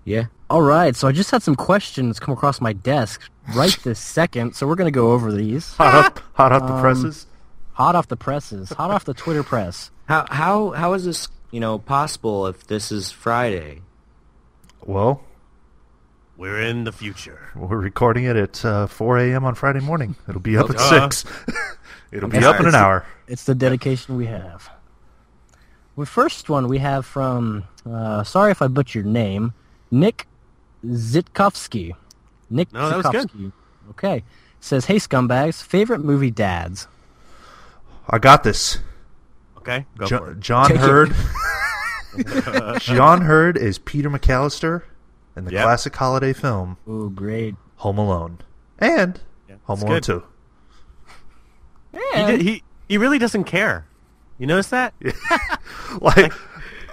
C: Yeah.
E: All right, so I just had some questions come across my desk right this second, so we're gonna go over these.
B: Hot up, hot up the
E: Um,
B: presses.
E: Hot off the presses, hot off the Twitter press.
C: How how how is this you know possible if this is Friday?
B: Well,
D: We're in the future.
B: we're recording it at uh, 4 a.m. on Friday morning. It'll be up at
D: Uh.
B: six. It'll
C: I'm
B: be up in
C: sorry.
B: an hour.
E: It's the dedication we have. The first one we have from, uh, sorry if I butchered your name, Nick Zitkovsky. Nick
D: No, that was good.
E: Zitkovsky. Okay. Says, hey scumbags, favorite movie dads?
B: I got this.
D: Okay, go
B: Jo-
D: for it.
B: John
E: Take it.
B: Hurd. John Hurd is Peter McAllister in the
D: Yep.
B: classic holiday film
E: Oh, great.
B: Home Alone and
D: Yeah,
B: Home
D: it's
B: Alone
D: good.
B: 2.
D: He, did, he he really doesn't care. You notice that?
B: Like,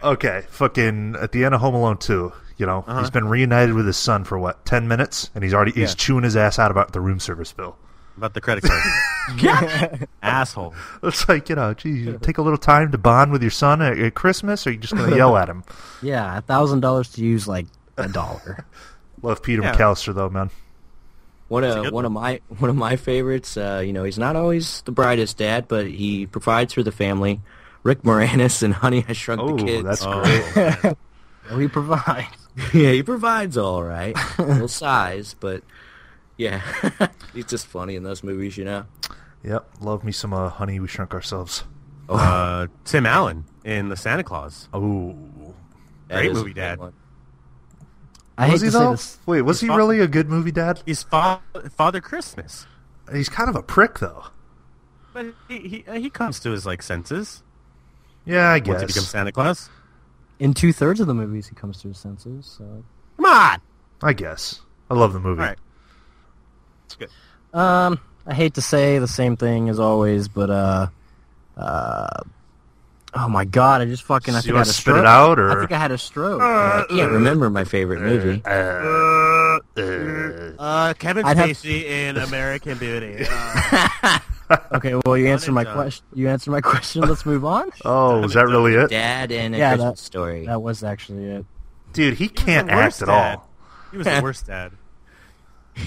B: okay, fucking at the end of Home Alone 2, you know, he's been reunited with his son for what, 10 minutes? And he's already, he's
D: Uh-huh. Yeah.
B: chewing his ass out about the room service bill.
D: About the credit card. Asshole.
B: It's like, you know, geez, you take a little time to bond with your son at, at Christmas, or you just going to yell at him?
E: Yeah, a thousand dollars to use like a dollar.
B: Love Peter
D: Yeah.
B: McAllister, though, man.
C: One
D: a
C: of
D: good
C: uh, one of my one of my favorites. Uh, you know, he's not always the brightest dad, but he provides for the family. Rick Moranis and Honey I Shrunk
B: Oh,
C: the Kids.
B: that's
D: Oh,
B: great.
D: man.
E: we provide.
C: yeah, he provides all right. little size, but yeah, he's just funny in those movies, you know.
B: Yep, love me some uh, Honey, We Shrunk Ourselves.
D: uh, Tim Allen in the Santa Claus.
B: Oh.
C: That
D: Great
C: is a
D: movie,
C: good
D: Dad.
C: one.
E: I
B: was
E: hate
B: he
E: to say
B: though?
E: this.
B: Wait, was he
D: fuck-
B: really a good movie dad?
D: He's fa- Father Christmas,
B: He's kind of a prick though.
D: but he he, uh, he comes to his like senses
B: Yeah, I
D: once he becomes
B: guess.
D: Santa Claus.
E: In two thirds of the movies, he comes to his senses. So.
D: Come on.
B: I guess. I love the movie.
D: All right. It's good.
E: Um, I hate to say the same thing as always, but uh, uh, oh my god, I just fucking I
B: So you
E: think I
B: wanna
E: had a
B: spit it
E: stroke.
B: out, or-
E: I think I had a stroke.
C: I can't remember my favorite movie.
D: Uh, Kevin
E: I'd have-
D: Spacey in American Beauty. Uh,
E: okay, well you answered my
D: done.
E: question. You answered my question. Let's move on.
B: Oh, was that really it?
C: Dad and a
E: Yeah, that-
C: Christmas story.
E: That was actually it.
B: Dude, he can't
D: the worst
B: act at
D: dad.
B: all.
D: he was the worst dad.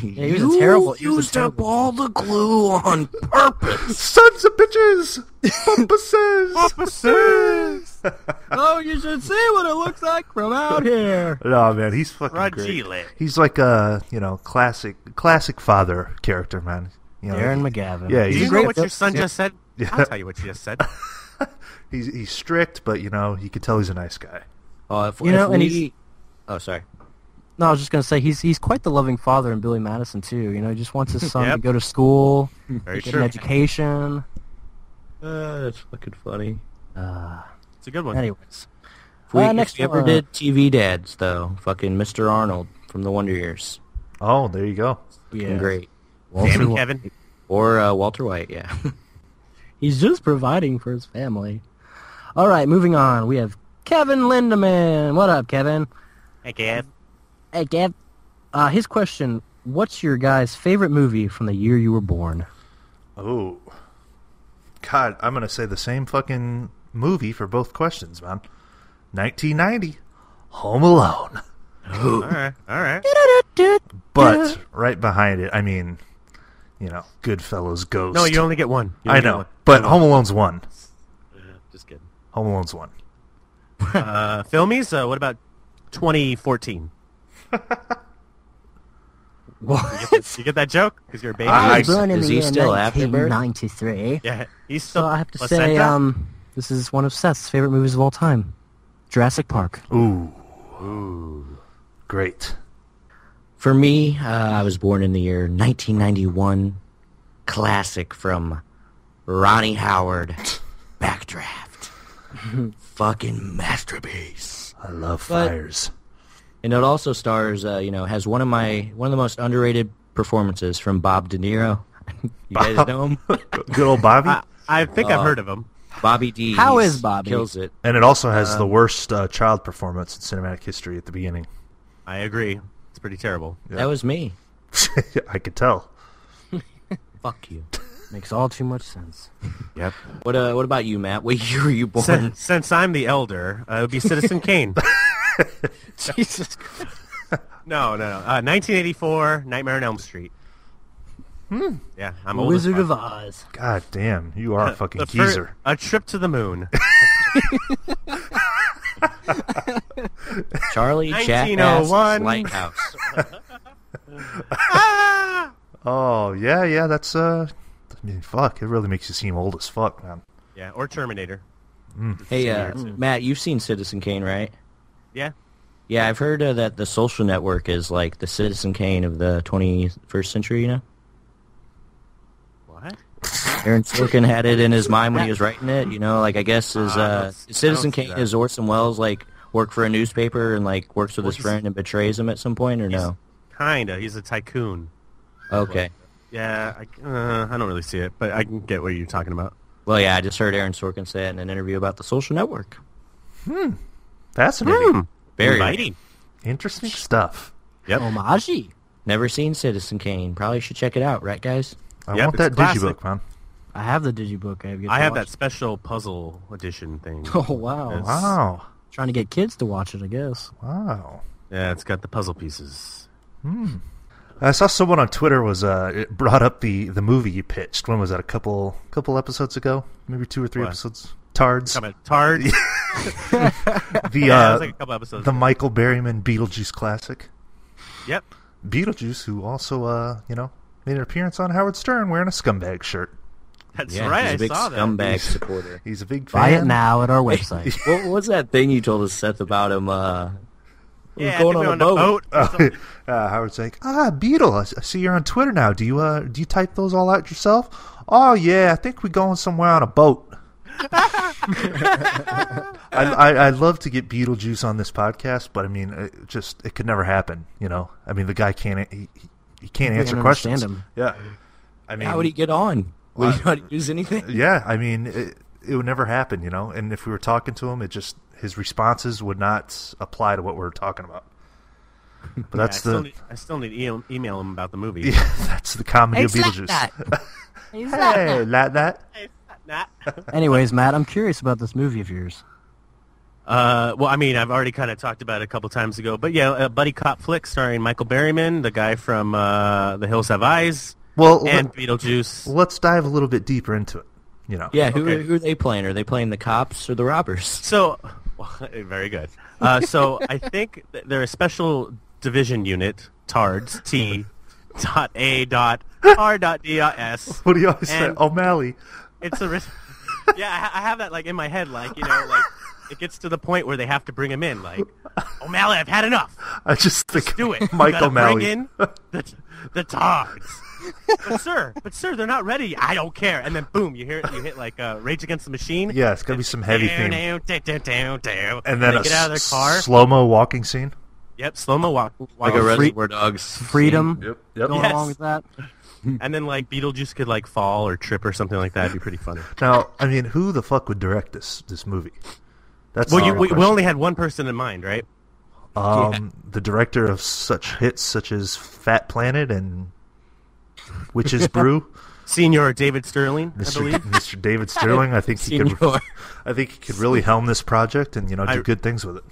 E: Yeah, he was a terrible. He was a
C: used up
E: terrible.
C: all the glue on purpose.
B: Sons of bitches! Pumpuses!
E: Oh, you should see what it looks like from out here.
B: no, man, he's fucking great.
D: Rajile.
B: He's like a, you know, classic classic father character, man. You know,
E: Aaron McGavin.
B: Yeah,
D: Do
B: he's,
D: you
E: great
D: know what
E: Phil-
D: your son just said?
B: Yeah.
D: I'll tell you what you just said.
B: he's he's strict, but you know, you can tell he's a nice guy.
C: Oh, if,
E: You
C: if
E: know, and
C: we-
E: he's-
C: Oh, sorry.
E: No, I was just gonna say he's he's quite the loving father in Billy Madison too. You know, he just wants his son to
D: Yep.
E: go to school,
D: Very
E: get
D: true.
E: an education.
C: Uh, that's fucking funny.
D: It's a good one.
E: Anyways,
C: If we,
E: Uh, next
C: if we ever
E: one.
C: did TV dads, though, fucking Mr. Arnold from The Wonder Years.
B: Oh, there you go.
C: Fucking Great.
D: Damn
E: Walter
D: it,
E: White.
D: Kevin.
C: Or uh, Walter White, yeah.
E: He's just providing for his family. All right, moving on. We have Kevin Lindemann. What up, Kevin?
D: Hey, Kev.
E: Hey, Kev. Uh, his question: What's your guy's favorite movie from the year you were born?
B: Oh. God, I'm going to say the same fucking movie for both questions, man. 1990, Home Alone.
D: All right, all right.
B: But right behind it, I mean, you know, Goodfellas, Ghost.
D: No, you only get one. You
B: I
D: only get
B: know,
D: one.
B: but Home Alone's one.
C: Just kidding.
B: Home Alone's one.
D: Uh, filmies. Uh, what about 2014?
E: What?
D: You get that joke? Because you're a baby.
B: I-
E: I was born in
C: Is
E: the
C: he
E: year
C: still after birth?
E: 1993.
D: yeah, he's still.
E: So I have to
D: placenta?
E: say, um, this is one of Seth's favorite movies of all time: Jurassic Park.
B: Ooh. Great.
C: For me, uh, I was born in the year 1991. Classic from Ronnie Howard, Backdraft. Fucking masterpiece.
B: I love
C: But-
B: fires.
C: And it also stars, uh, you know, has one of my one of the most underrated performances from Bob De Niro. you guys know him,
B: Good old Bobby.
D: I, I think
B: Uh,
D: I've heard of him.
C: Bobby D.
E: How is Bobby?
C: Kills it.
B: and it also has the worst uh, child performance in cinematic history at the beginning.
D: I agree. It's pretty terrible.
C: That was me.
B: I could tell.
C: Fuck you.
E: Makes all too much sense.
D: Yep.
C: What uh, what about you, Matt? What year were you born?
D: Since, since I'm the elder, uh, it would be Citizen Kane.
E: Jesus Christ.
D: No, no, no. Uh, 1984, Nightmare on Elm Street. Hmm. Yeah, I'm old as
E: Wizard
D: fuck.
E: of Oz.
B: God damn, you are a fucking
D: The fir-
B: geezer.
D: A trip to the moon.
C: Charlie
E: oh
C: Chapman's
D: 1901.
C: Lighthouse.
D: ah!
B: Oh yeah, yeah. That's uh, I mean, fuck. It really makes you seem old as fuck, man.
D: Yeah, or Terminator.
B: Mm.
C: Hey, uh,
E: mm.
C: Matt, you've seen Citizen Kane, right?
D: Yeah.
C: Yeah, I've heard uh, that the social network is like the Citizen Kane of the 21st century, you know?
D: What?
C: Aaron Sorkin had it in his mind when he was writing it, you know? Like, I guess is
D: Ah, I
C: uh,
D: don't see- I
C: Citizen
D: don't see
C: Kane
D: that.
C: is Orson Welles, like, work for a newspaper and, like, works with his
D: he's-
C: friend and betrays him at some point, or no?
D: Kinda. He's a tycoon.
C: Okay.
D: Yeah, I, uh, I don't really see it, but I can get what you're talking about.
C: Well, yeah, I just heard Aaron Sorkin say it in an interview about the social network.
B: Fascinating,
C: Very
D: Inviting.
B: Hmm. interesting stuff.
D: Yep.
E: Homage.
C: Never seen Citizen Kane. Probably should check it out, right, guys?
B: I
D: Yep,
B: want that
D: it's classic.
B: digibook, man.
E: I have the digibook. I have, yet to
D: I have
E: watch
D: that special puzzle edition thing.
E: it. Oh, wow.
D: It's-
B: Wow,
E: Trying to get kids to watch it, I guess.
B: wow.
D: Yeah, it's got the puzzle pieces.
B: I saw someone on Twitter was uh it brought up the the movie you pitched. When was that? A couple couple episodes ago, maybe two or three
D: What?
B: episodes. Tards.
D: Come at Tard. yeah,
B: The
D: that
B: uh,
D: was like a couple episodes.
B: the Michael Berryman Beetlejuice classic.
D: yep.
B: Beetlejuice, who also uh you know made an appearance on Howard Stern wearing a scumbag shirt.
D: That's
C: yeah,
D: right.
C: he's a big
D: I saw
C: scumbag supporter.
B: He's a big fan.
E: Buy it now at our website.
C: what was that thing you told us, Seth, about him? Uh,
D: that. Yeah, I
C: going
D: think we
C: on a
D: were
C: boat.
D: or
B: uh,
D: something.
B: Howard's like, ah, Beetle. I s- I see you're on Twitter now. Do you uh, do you type those all out yourself? Oh yeah, I think we're going somewhere on a boat. I, I I love to get Beetlejuice on this podcast, but I mean, it just it could never happen. You know, I mean, the guy can't he, he- he can't answer
E: understand
B: questions.
E: him.
B: Yeah, I mean,
C: How would he get on? Would
D: Uh,
C: he not use anything?
B: yeah, I mean, it, it would never happen. You know, and if we were talking to him, it just his responses would not apply to what we are talking about. But
D: I
B: that's
D: still
B: the
D: need, I still need to e- email him about the movie.
B: Yeah, that's the comedy of
F: It's like
B: Beetlejuice.
F: that. He's like
B: hey,
F: that.
B: like that.
D: Nah.
E: Anyways, Matt, I'm curious about this movie of yours.
D: Uh, well, I mean, I've already kind of talked about it a couple times ago, but yeah, a buddy cop flick starring Michael Berryman, the guy from uh, The Hills Have Eyes,
B: Well,
D: and
B: let,
D: Beetlejuice.
B: us dive a little bit deeper into it. You know,
C: Yeah, who,
D: Okay.
C: who are they playing? Are they playing the cops or the robbers?
D: So, very good. Uh, so I think th- they're a special division unit, TARDS, T, dot A, dot R, dot D, dot S.
B: What do you always say,
D: And-
B: O'Malley?
D: It's a risk. Yeah, I, ha- I have that like in my head, like you know, like it gets to the point where they have to bring him in, like O'Malley, I've had enough.
B: I just think
D: do it.
B: Mike
D: You gotta
B: O'Malley.
D: Bring in the, the tards. but sir, but sir, they're not ready. I don't care. And then boom, you hear it. You hit like uh, Rage Against the Machine.
B: Yeah, it's gonna be some heavy
D: Down,
B: theme,
D: down, down, down, down.
B: and then
D: they
B: a
D: get out of their car.
B: slow mo walking scene.
D: yep, slow mo walk, walk
C: Like a
D: free-
C: Reservoir Dogs.
E: Freedom going
D: Yes.
E: along with that.
D: And then like Beetlejuice could like fall or trip or something like that. It'd be pretty funny.
B: Now, I mean, who the fuck would direct this this movie? That's
D: well,
B: the
D: you,
B: real
D: we, we
B: question.
D: only had one person in mind, right?
B: um, the director of such hits such as Fat Planet and Witch's Brew,
D: Senior David Sterling, I
B: Mr.
D: believe.
B: Mr. David Sterling. I think he could.
C: Senor.
B: I think he could really helm this project and you know do
D: I-
B: good things with it.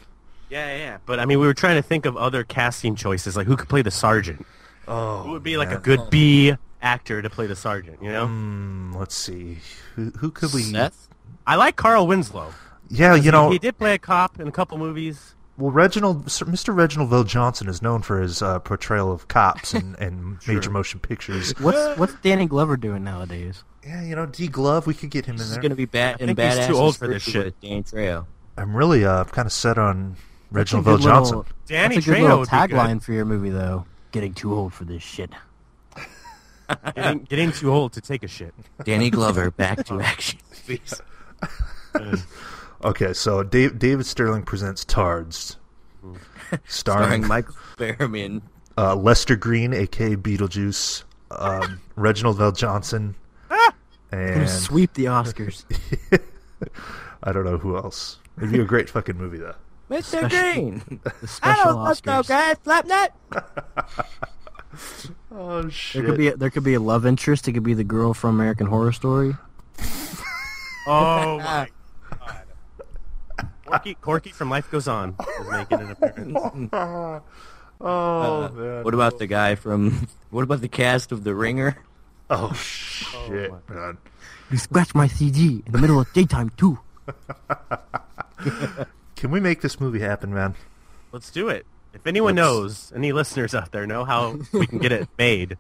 D: Yeah, yeah, yeah. But I mean, we were trying to think of other casting choices, like who could play the sergeant.
B: Oh,
D: Who would be like a
B: man.
D: good B actor to play the sergeant? You know,
B: Hmm, Let's see, who, who could we?
C: Seth?
D: I like Carl Winslow.
B: Yeah, you know,
D: he did play a cop in a couple movies.
B: well, Reginald, Sir- Mr. Reginald Vell Johnson is known for his uh, portrayal of cops and, and major motion pictures.
E: What's what's Danny Glover doing nowadays?
B: Yeah, you know, D Glove, we could get him in
C: This is
B: there.
C: going to be bad and
D: think he's
C: badass.
D: too old for this
C: History
D: shit.
C: with Dan Trejo.
B: I'm really uh, kind of set on
E: That's a
B: Reginald Vell
E: good
B: Johnson.
E: little-
D: Danny
E: that's a good
D: Trejo
E: little
D: would be good.
E: tagline for your movie, though. Getting too old for this shit.
D: Getting, getting too old to take a shit.
C: Danny Glover, back to action.
B: Okay, so Dave, David Sterling presents Tards, starring,
C: Starring Michael Fairman.
B: uh, Lester Green, aka Beetlejuice, um, Reginald Vell Johnson, Ah! and
E: Sweep the Oscars.
B: I don't know who else. It'd be a great fucking movie though.
C: Mr. Green.
E: The special Oscars.
C: guys. Slap that.
B: Oh
E: There
B: shit!
E: could be a, there could be a love interest. It could be the girl from American Horror Story.
D: Oh my god. Corky, Corky from Life Goes On is making an appearance.
E: uh,
B: oh man!
C: What about the guy from? What about the cast of The Ringer?
B: Oh shit, man!
E: You scratched my CD in the middle of daytime too.
B: Can we make this movie happen, man?
D: Let's do it. If anyone knows, any listeners out there know how we can get it made,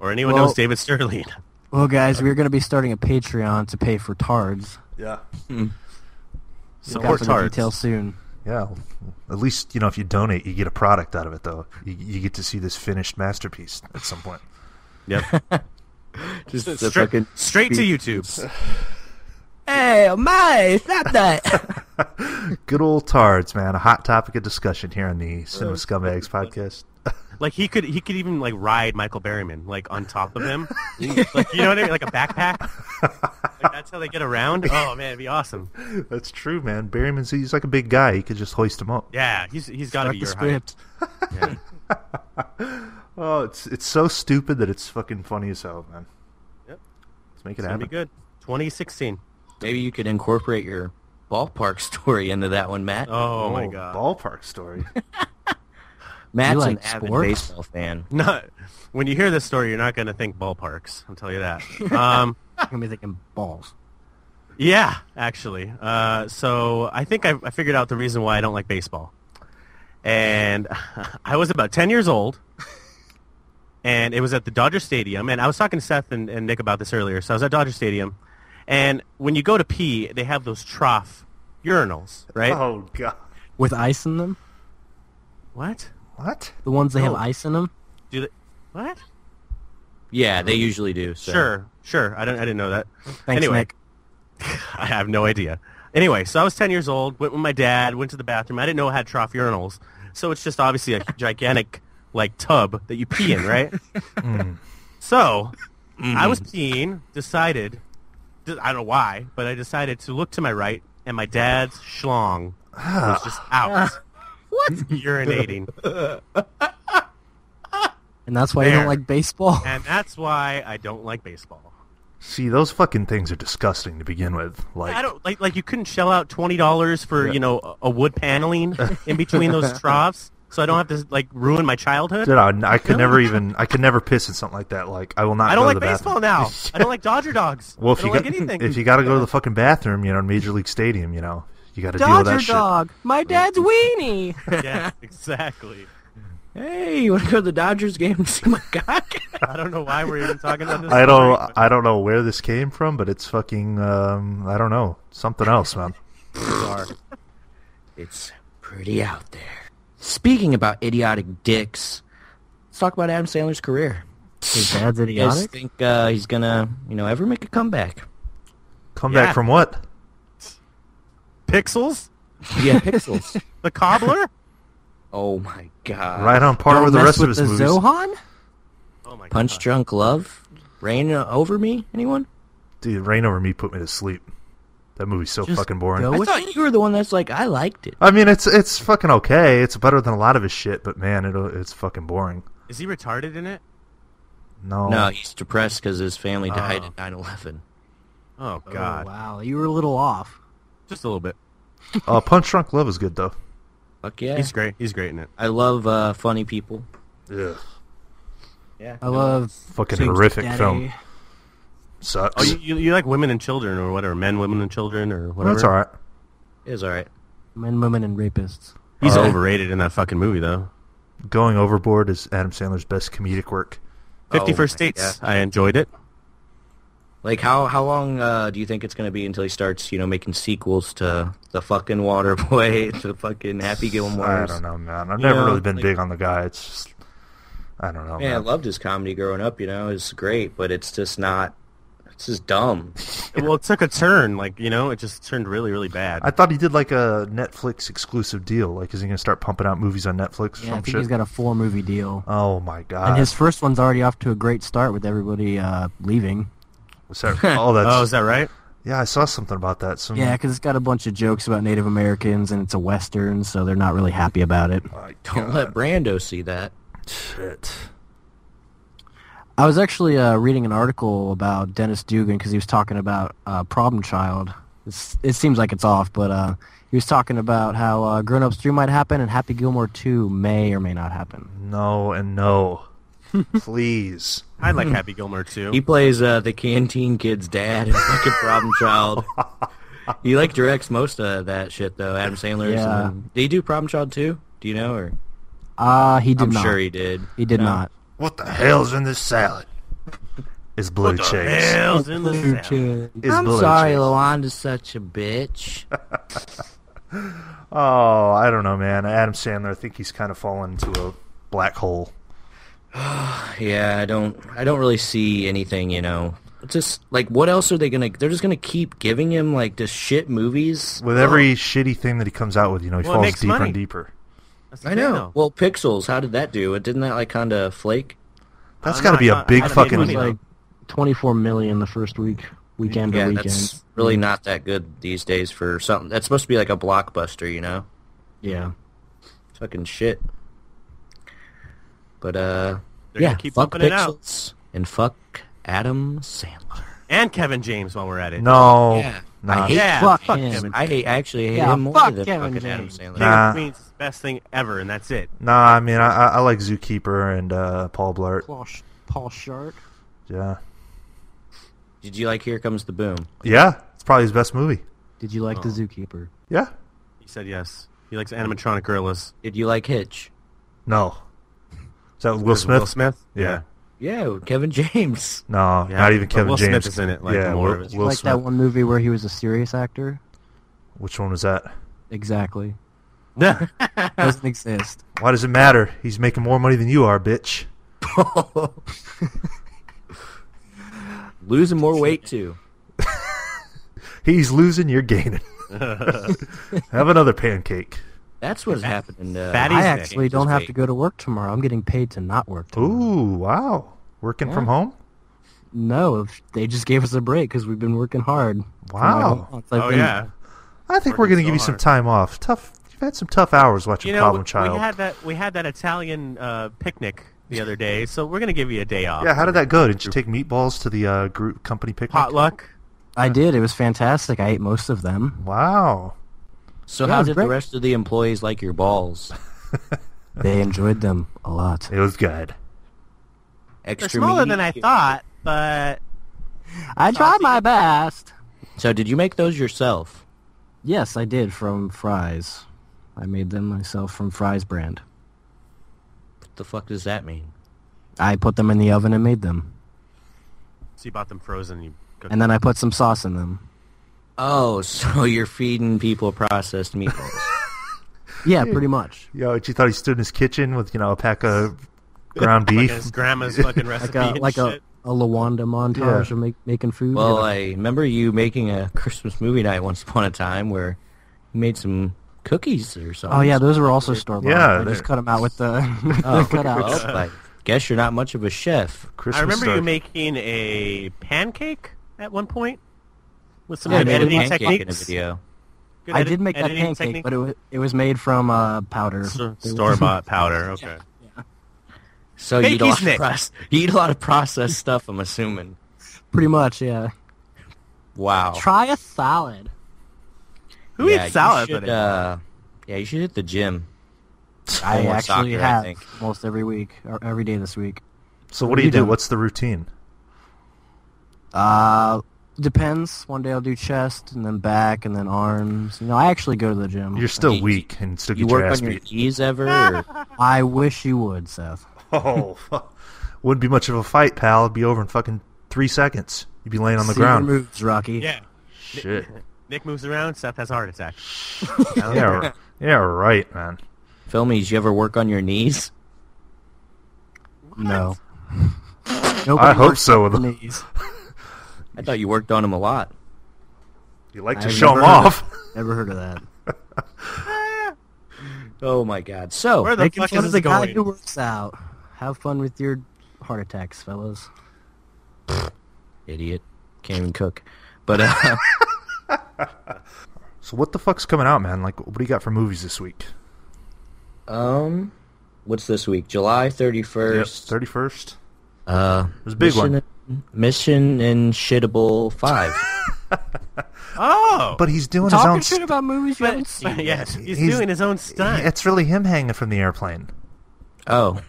D: or anyone
E: Well-
D: knows David Sterling,
E: Well, guys, we're going to be starting a Patreon to pay for Tards.
B: Yeah.
E: Look
D: support
E: out for the details
D: Tards.
E: soon.
B: Yeah. At least you know if you donate, you get a product out of it, though. You, you get to see this finished masterpiece at some point.
D: Yep.
C: Just the
D: Stra-
C: fucking.
D: straight to YouTube.
C: Hey, my! Stop that!
B: Good old tards, man. A hot topic of discussion here on the Cinema Scumbags podcast.
D: Like he could, he could even like ride Michael Berryman like on top of him, like you know what I mean, like a backpack. Like, that's how they get around. Oh man, it'd be awesome.
B: That's true, man. Berryman's he's like a big guy. He could just hoist him up.
D: Yeah, he's he's got to be
E: the
D: your height.
E: script.
B: Oh, it's it's so stupid that it's fucking funny as hell, man.
D: Yep.
B: Let's make it
D: It's gonna
B: happen.
D: be good. 2016.
C: Maybe you could incorporate your ballpark story into that one, Matt.
D: Oh, my god.
B: Ballpark story.
C: Matt's
E: You
C: an
E: like
C: avid
E: sports?
C: baseball fan.
D: Not when you hear this story, you're not going to think ballparks. I'll tell you that. Um,
E: I'm going to be thinking balls.
D: yeah, actually. Uh, so I think I, I figured out the reason why I don't like baseball. And I was about 10 years old, and it was at the Dodger Stadium. And I was talking to Seth and, and Nick about this earlier. So I was at Dodger Stadium, and when you go to pee, they have those trough urinals, right?
B: oh god.
E: With ice in them?
D: What?
B: What?
E: The ones that have
B: Oh.
D: No.
E: ice in them?
D: Do they, what?
C: Yeah, they usually do. So.
D: Sure, sure. I, don't, I didn't know that.
E: Thanks,
D: anyway,
E: Nick.
D: I have no idea. Anyway, so I was 10 years old, went with my dad, went to the bathroom. I didn't know it had trough urinals. So it's just obviously a gigantic, like, tub that you pee in, right? So I was peeing, decided, I don't know why, but I decided to look to my right, and my dad's schlong was just out. what? Urinating.
E: And that's why you
D: There.
E: don't like baseball?
D: And that's why I don't like baseball.
B: See, those fucking things are disgusting to begin with. Like
D: I don't like like you couldn't shell out twenty dollars for you know a- a wood paneling in between those troughs, so I don't have to like ruin my childhood.
B: Dude, I, I could never even I could never piss in something like that. Like I will not.
D: I don't
B: go
D: like
B: to the bathroom.
D: baseball now. I don't like Dodger dogs.
B: Well, if
D: I don't
B: you
D: like
B: got
D: anything.
B: if you got to go to the fucking bathroom, you know, in Major League Stadium, you know, you got to deal with that
E: Dodger dog! My dad's weenie!
D: yeah, exactly.
C: Hey, you want to go to the Dodgers game and see my cock?
D: I don't know why we're even talking about this.
B: shit. I don't
D: story, but-
B: I don't know where this came from, but it's fucking um, I don't know something else, man.
C: it's pretty out there. Speaking about idiotic dicks, let's talk about Adam Sandler's career.
E: His dad's
C: You guys
E: idiotic?
C: think uh, he's gonna, you know, ever make a comeback?
B: Come
D: Yeah.
B: back from what?
D: Pixels,
C: Yeah, Pixels.
D: the cobbler.
C: Oh my
D: Uh,
C: God.
B: Right on par
E: Don't
B: with the
E: mess
B: rest of
E: with
B: his
E: the
B: movies.
E: Zohan?
D: Oh my
C: Punch
D: god!
C: Drunk Love? Rain Over Me? Anyone?
B: Dude, Rain Over Me put me to sleep. That movie's so
E: Just
B: fucking boring.
E: go
C: I
E: with
C: thought you were the one that's like, I liked it.
B: I mean, it's it's fucking okay. It's better than a lot of his shit, but man, it it's fucking boring.
D: Is he retarded in it?
B: No,
C: No, he's depressed because his family died at 9-11.
D: Oh
E: Oh,
D: god,
E: wow, you were a little off.
D: just a little bit.
B: Uh, Punch Drunk Love is good though.
C: Fuck yeah.
D: He's great. He's great in it.
C: I love uh, funny people.
B: Yeah,
C: Yeah.
E: I love
B: fucking
E: James
B: horrific
E: Daddy.
B: film. Sucks.
D: Oh, you, you, you like women and children or whatever? Men, women, and children or whatever.
B: That's all right.
C: It was all right.
E: Men, women, and rapists.
D: He's
B: All right.
D: overrated in that fucking movie though.
B: Going Overboard is Adam Sandler's best comedic work.
D: Fifty
C: Oh
D: First
C: my
D: Dates.
C: God.
D: I enjoyed it.
C: Like, how, how long uh, do you think it's going to be until he starts, you know, making sequels to The Fucking Water Boy, to fucking Happy
B: I
C: Gilmore?
B: don't know, man. I've
C: You
B: never
C: know,
B: really been
C: like-
B: big on the guy. It's just, I don't know.
C: Man, I
B: man.
C: loved his comedy growing up, you know. It's great, but it's just not... It's just dumb.
D: well, it took a turn. Like you know, it just turned really, really bad.
B: I thought he did like a Netflix exclusive deal. Like, is he gonna start pumping out movies on Netflix? or
E: Yeah, I
B: some
E: think
B: shit?
E: he's got a four movie deal.
B: Oh my god!
C: Uh,
E: and his first one's already off to a great start with everybody uh, leaving.
B: Is that- oh, that's
D: oh, is that right?
B: yeah. I saw something about that. Some,
E: Yeah, because it's got a bunch of jokes about Native Americans and it's a Western, so they're not really happy about it.
B: My
C: Don't
B: God,
C: let Brando see that.
B: shit.
E: I was actually uh, reading an article about Dennis Dugan because he was talking about uh, Problem Child. It's, it seems like it's off, but uh, he was talking about how uh, Grown Ups 3 might happen and Happy Gilmore 2 may or may not happen.
B: No and no. Please.
D: I like Happy Gilmore too.
C: He plays uh, the canteen kid's dad and fucking problem child. He like directs most of that shit though. Adam Sandler.
E: Yeah.
C: Yeah. Did he do Problem Child too? Do you know? Or
E: Uh, he did
C: I'm
E: not.
C: sure he did.
E: He did
C: No.
E: not.
B: What the hell's in this salad? Is blue cheese.
D: Bells in the sound.
B: Is
C: I'm
B: blue
C: sorry,
B: cheese.
C: Loanda's such a bitch.
B: Oh, I don't know, man. Adam Sandler, I think he's kind of fallen into a black hole.
C: yeah, I don't. I don't really see anything. You know, It's just like what else are they gonna? They're just gonna keep giving him like just shit movies.
B: With every shitty thing that he comes out with, you know, he
D: Well, it
B: falls
D: makes
B: deeper
D: money.
B: and deeper.
D: That's the
C: I
D: thing,
C: know.
D: though.
C: Well, Pixels, how did that do? It didn't that like kind of flake?
B: That's
D: Uh,
B: got to
D: no,
B: be
D: I
B: a
D: thought- I
B: big
D: thought it
B: fucking.
D: made
E: It's
D: money.
E: like 24 million the first week, weekend
C: yeah,
E: to weekend.
C: that's really not that good these days for something that's supposed to be like a blockbuster, you know?
E: Yeah.
C: It's fucking shit. But uh,
D: They're
E: yeah,
D: gonna keep
C: fuck
D: pumping it out.
C: Pixels and fuck Adam Sandler.
D: And Kevin James while we're at it.
B: No.
C: Yeah.
B: Nah.
C: I hate
D: Yeah,
E: fuck
D: fuck
E: him.
D: Kevin.
C: I hate. I actually hate
E: Yeah,
C: him more
E: fuck
C: than
E: Kevin
C: fucking Adam
E: James.
C: Sandler.
D: King
B: Nah.
D: of Queens is the best thing ever, and that's it.
B: Nah, I mean, I, I- I like Zookeeper and uh, Paul Blart.
E: Paul, Paul Shart.
B: Yeah.
C: Did you like Here Comes the Boom?
B: Yeah. It's probably his best movie.
E: Did you like The Zookeeper?
B: Yeah.
D: He said yes. He likes animatronic gorillas.
C: Did you like Hitch?
B: No. Is that Will Smith?
D: Will Smith?
B: Yeah.
C: Yeah, Kevin James.
B: No,
D: Yeah,
B: not even
D: but
B: Kevin
D: Will Smith
B: James.
D: is in it, like,
B: yeah,
D: more
B: Will,
D: of it.
E: Did you
B: Will
E: like
B: Smith.
E: that one movie where he was a serious actor?
B: Which one was that?
E: Exactly.
D: Yeah.
E: Doesn't exist.
B: Why does it matter? He's making more money than you are, bitch.
C: Losing more weight too.
B: He's losing, you're gaining. Have another pancake.
C: That's what's happening. uh, To,
D: Fatty-
E: I
D: He's
E: actually
C: Nick.
E: don't
C: Just
E: have
C: wait.
E: to go to work tomorrow. I'm getting paid to not work tomorrow.
B: Ooh, wow. Working from home?
E: No, if they just gave us a break because we've been working hard.
B: Wow.
E: It's like
D: oh,
E: been-
D: yeah.
B: I think we're going to
D: Working so
B: give you some
D: hard.
B: time off. Tough. You've had some tough hours watching
D: You know,
B: Problem
D: we,
B: Child.
D: we had that we had that Italian uh, picnic the other day, so we're gonna give you a day off.
B: yeah, how did that go? Did you take meatballs to the uh, group company picnic?
D: Potluck.
E: I did. It was fantastic. I ate most of them.
B: Wow.
C: so
E: Yeah,
C: how
E: it's
C: did
E: great.
C: the rest of the employees like your balls?
E: They enjoyed them a lot.
B: It was good.
D: They're
C: Extra
D: smaller
C: meat?
D: than I thought, but
E: I tried my best.
C: So did you make those yourself?
E: Yes, I did from Fry's. I made them myself from Fry's brand.
C: What the fuck does that mean?
E: I put them in the oven and made them.
D: so you bought them frozen. You cooked
E: And then I put some sauce in them.
C: Oh, so you're feeding people processed meatballs.
E: Yeah, pretty much.
B: Yo, you thought he stood in his kitchen with, you know, a pack of ground
D: like
B: beef?
D: his grandma's fucking
E: Like
D: recipe.
E: a
D: and
E: like a,
D: shit.
E: a Lawanda montage
B: Yeah.
E: of make, making food.
C: well,
E: You know?
C: I remember you making a Christmas movie night once upon a time where you made some cookies or something.
E: oh yeah, those were also store bought.
B: Yeah,
E: I
B: they're-
E: just cut them out with the,
C: Oh,
E: the
C: well,
E: cutouts.
C: I guess you're not much of a chef.
B: Christmas
D: I remember
B: story.
D: you making a pancake at one point with some
E: Yeah, I
D: good
E: made a
D: editing
C: pancake in a
D: techniques.
C: video.
D: Good
E: I
D: edit-
E: did make that
D: editing
E: pancake,
D: technique.
E: but it was, it was made from uh, powder. They were-
D: store bought powder. Okay.
C: So
D: Hey,
C: you eat, a lot
D: he's
C: of
D: Nick.
C: proce- you eat a lot of processed stuff, I'm assuming.
E: Pretty much, yeah.
C: Wow.
E: Try a salad.
D: Who
C: yeah,
D: eats
C: you
D: salad?
C: should,
D: but
C: uh, yeah, you should hit the gym.
E: I
C: Homework
E: actually
C: soccer, I
E: have
C: think.
E: almost every week or every day this week.
B: So what do
E: You
B: you do?
E: don't.
B: What's the routine?
E: Uh, depends. One day I'll do chest and then back and then arms. You know, I actually go to the gym.
B: You're still
C: You-
B: weak and still
C: You
B: get your
C: work
B: ass
C: on your
B: beat.
C: knees ever? Or
E: I wish you would, Seth.
B: Oh, fuck. wouldn't be much of a fight, pal. It'd be over in fucking three seconds. You'd be laying on the
E: See
B: ground.
E: your moves, Rocky.
D: yeah.
B: Shit.
D: Nick moves around. Seth has a heart attack.
B: yeah, r- yeah, right, man.
C: Filmies, you ever work on your knees?
E: No. Nobody
B: I hope
E: works
B: so.
E: on
B: with-
E: knees.
C: I thought you worked on them a lot.
B: You like to
E: I've
B: show 'em show
E: never
B: them
E: heard
B: off.
E: Never heard of that.
C: Oh my god. So,
D: Where the
E: Making
D: fuck
E: fun
D: is
E: of
D: this
E: the guy
D: going?
E: who works out. Have fun with your heart attacks, fellas.
C: idiot. Can't even cook. But uh,
B: So what the fuck's coming out, man? Like, what do you got for movies this week?
C: um, what's this week? July thirty first.
B: Thirty first.
C: Uh, it
B: was a big one.
C: mission, Mission and Shittable Five.
D: Oh,
B: But he's doing his
E: Talking
B: own.
E: shit
B: St-
E: about movies you
D: But-
E: haven't seen.
D: but yes, he's,
B: He's-
D: doing his own stunt.
B: it's really him hanging from the airplane.
C: oh,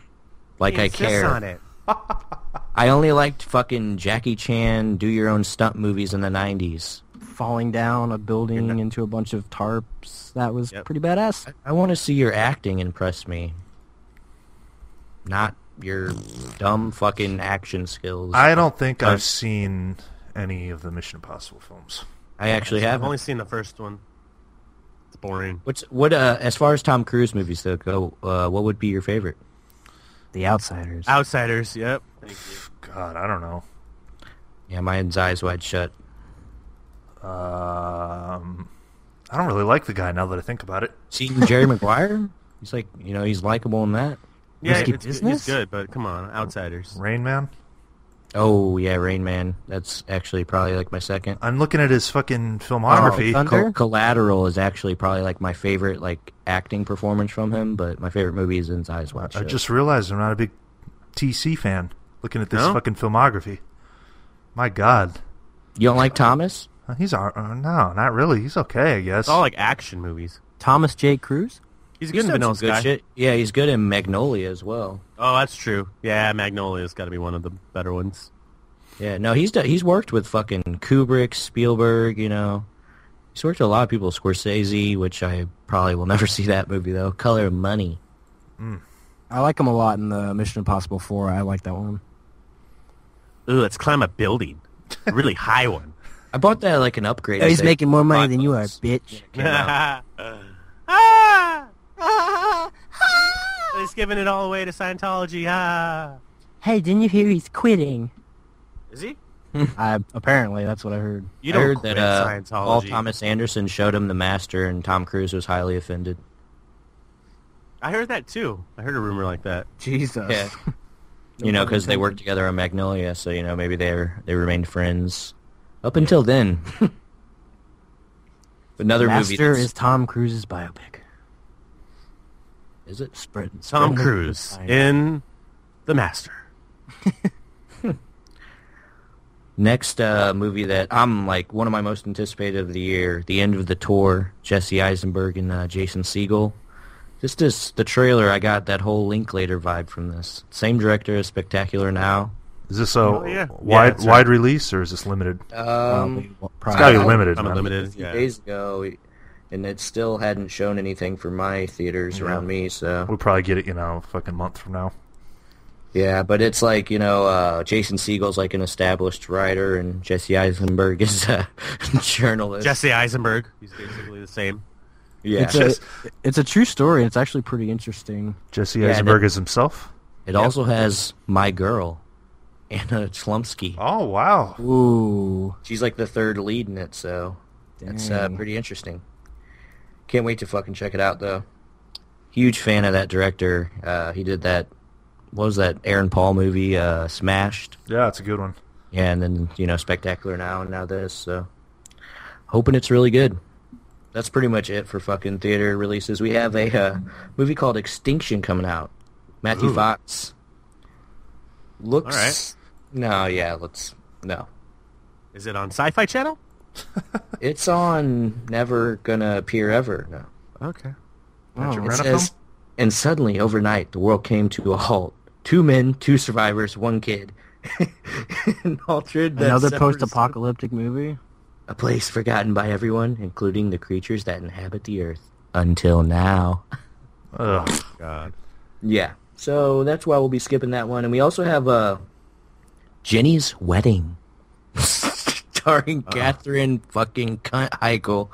C: like
D: He
C: I
D: insists
C: care.
D: on it.
C: I only liked fucking Jackie Chan do your own stunt movies in the '90s.
E: Falling down a building into a bunch of tarps. That was
D: Yep.
E: pretty badass.
C: I want to see your acting impress me, not your dumb fucking action skills. I,
B: I don't think
C: Uh,
B: I've seen any of the Mission Impossible films.
C: actually
D: I've
C: have.
D: only seen the first one. It's boring.
C: What's what? Uh, as far as Tom Cruise movies though go, uh, what would be your favorite?
E: The Outsiders.
D: Outsiders. Yep. Thank you.
B: God, I don't know.
C: Yeah, mine's Eyes Wide Shut.
B: Um, I don't really like the guy now that I think about it.
C: Seen Jerry Maguire? He's like, you know, he's likable in that.
D: Yeah,
E: Risky
D: it's, it's
E: Business?
D: good, but come on, Outsiders.
B: Rain Man.
C: Oh yeah, Rain Man. That's actually probably like my second.
B: I'm looking at his fucking
E: Oh,
B: filmography.
E: Thunder-
C: Col- Collateral is actually probably like my favorite like acting performance from him, but my favorite movie is Inside Eyes Wide
B: I
C: Shut.
B: just realized I'm not a big TC fan. Looking at this
D: No?
B: fucking filmography. My God,
C: you don't like Thomas?
B: Uh, he's all, uh, no, not really. He's okay, I guess.
D: It's all like action movies.
E: Thomas J. Cruz.
D: He's a
C: He's
D: good in
C: done
D: Vanilla
C: some good
D: Sky.
C: shit. Yeah, he's good in Magnolia as well.
D: Oh, that's true. Yeah, Magnolia's got to be one of the better ones.
C: Yeah, no, he's done, he's worked with fucking Kubrick, Spielberg. You know, he's worked with a lot of people. Scorsese, which I probably will never see that movie though. Color of Money.
E: I like him a lot in the Mission Impossible 4. I like that one.
D: Ooh, let's climb a building, a really high one.
C: I bought that like an upgrade.
E: Oh, he's
C: It's, like,
E: making more money
C: five
E: than you are,
C: bucks.
E: bitch.
C: Came out.
D: ah! He's giving it all away to Scientology. Ah,
E: Hey, didn't you hear he's quitting?
D: is he?
E: I apparently that's what I heard.
C: I
D: You don't
C: heard
D: quit
C: that uh,
D: Scientology.
C: Paul Thomas Anderson showed him the master, and Tom Cruise was highly offended.
D: I heard that too. I heard a rumor like that.
E: Jesus.
C: Yeah, you know, because they worked together on Magnolia, so you know maybe they were, they remained friends up until then. Another movie
E: Master
C: that's-
E: is Tom Cruise's biopic.
C: is it
E: Spread,
D: Tom
E: spread the-
D: Cruise
E: I-
D: in The Master.
C: next uh, movie that I'm like one of my most anticipated of the year, The End of the Tour, Jesse Eisenberg and uh, Jason Segel. Just this the trailer, I got that whole Linklater vibe from this. Same director as Spectacular Now.
B: Is this a
D: Oh, yeah. Yeah,
B: wide
D: that's right.
B: wide release or is this limited?
E: Probably- probably.
B: it's gotta be limited.
D: I'm
B: man.
D: unlimited.
C: Um, few
D: Yeah.
C: days ago, and it still hadn't shown anything for my theaters around me. So
B: We'll probably get it, you know, a fucking month from now.
C: yeah, but it's like you know, uh, Jason Siegel's like an established writer, and Jesse Eisenberg is a journalist.
D: Jesse Eisenberg. He's basically the same.
C: yeah,
E: It's a, it's a true story. and It's actually pretty interesting.
B: Jesse
C: Yeah, and
B: Eisenberg
C: it-
B: is himself.
C: it also has my girl, Anna Chlumsky.
B: Oh wow!
E: Ooh.
C: She's like the third lead in it, so that's uh,
E: Dang.
C: pretty interesting. Can't wait to fucking check it out, though. Huge fan of that director. Uh, he did that. What was that Aaron Paul movie? Uh, Smashed.
B: Yeah, it's a good one.
C: Yeah, and then you know, spectacular now and now this. So, hoping it's really good. That's pretty much it for fucking theater releases. We have a uh, movie called Extinction coming out. Matthew Fox looks.
D: All right.
C: No, yeah, let's no.
D: Is it on Sci-Fi Channel?
C: It's on Never Gonna Appear Ever. No.
D: Okay.
B: That's
E: Oh,
B: your
C: It
B: rent-a
C: says,
B: film?
C: and suddenly, overnight, the world came to a halt. Two men, two survivors, one kid. and altered the
E: Another
C: separates-
E: post-apocalyptic movie.
C: A place forgotten by everyone, including the creatures that inhabit the earth. Until now.
B: Ugh.
D: God.
C: Yeah. So that's why we'll be skipping that one. And we also have uh, Jenny's Wedding. Starring Catherine fucking cunt Heichel.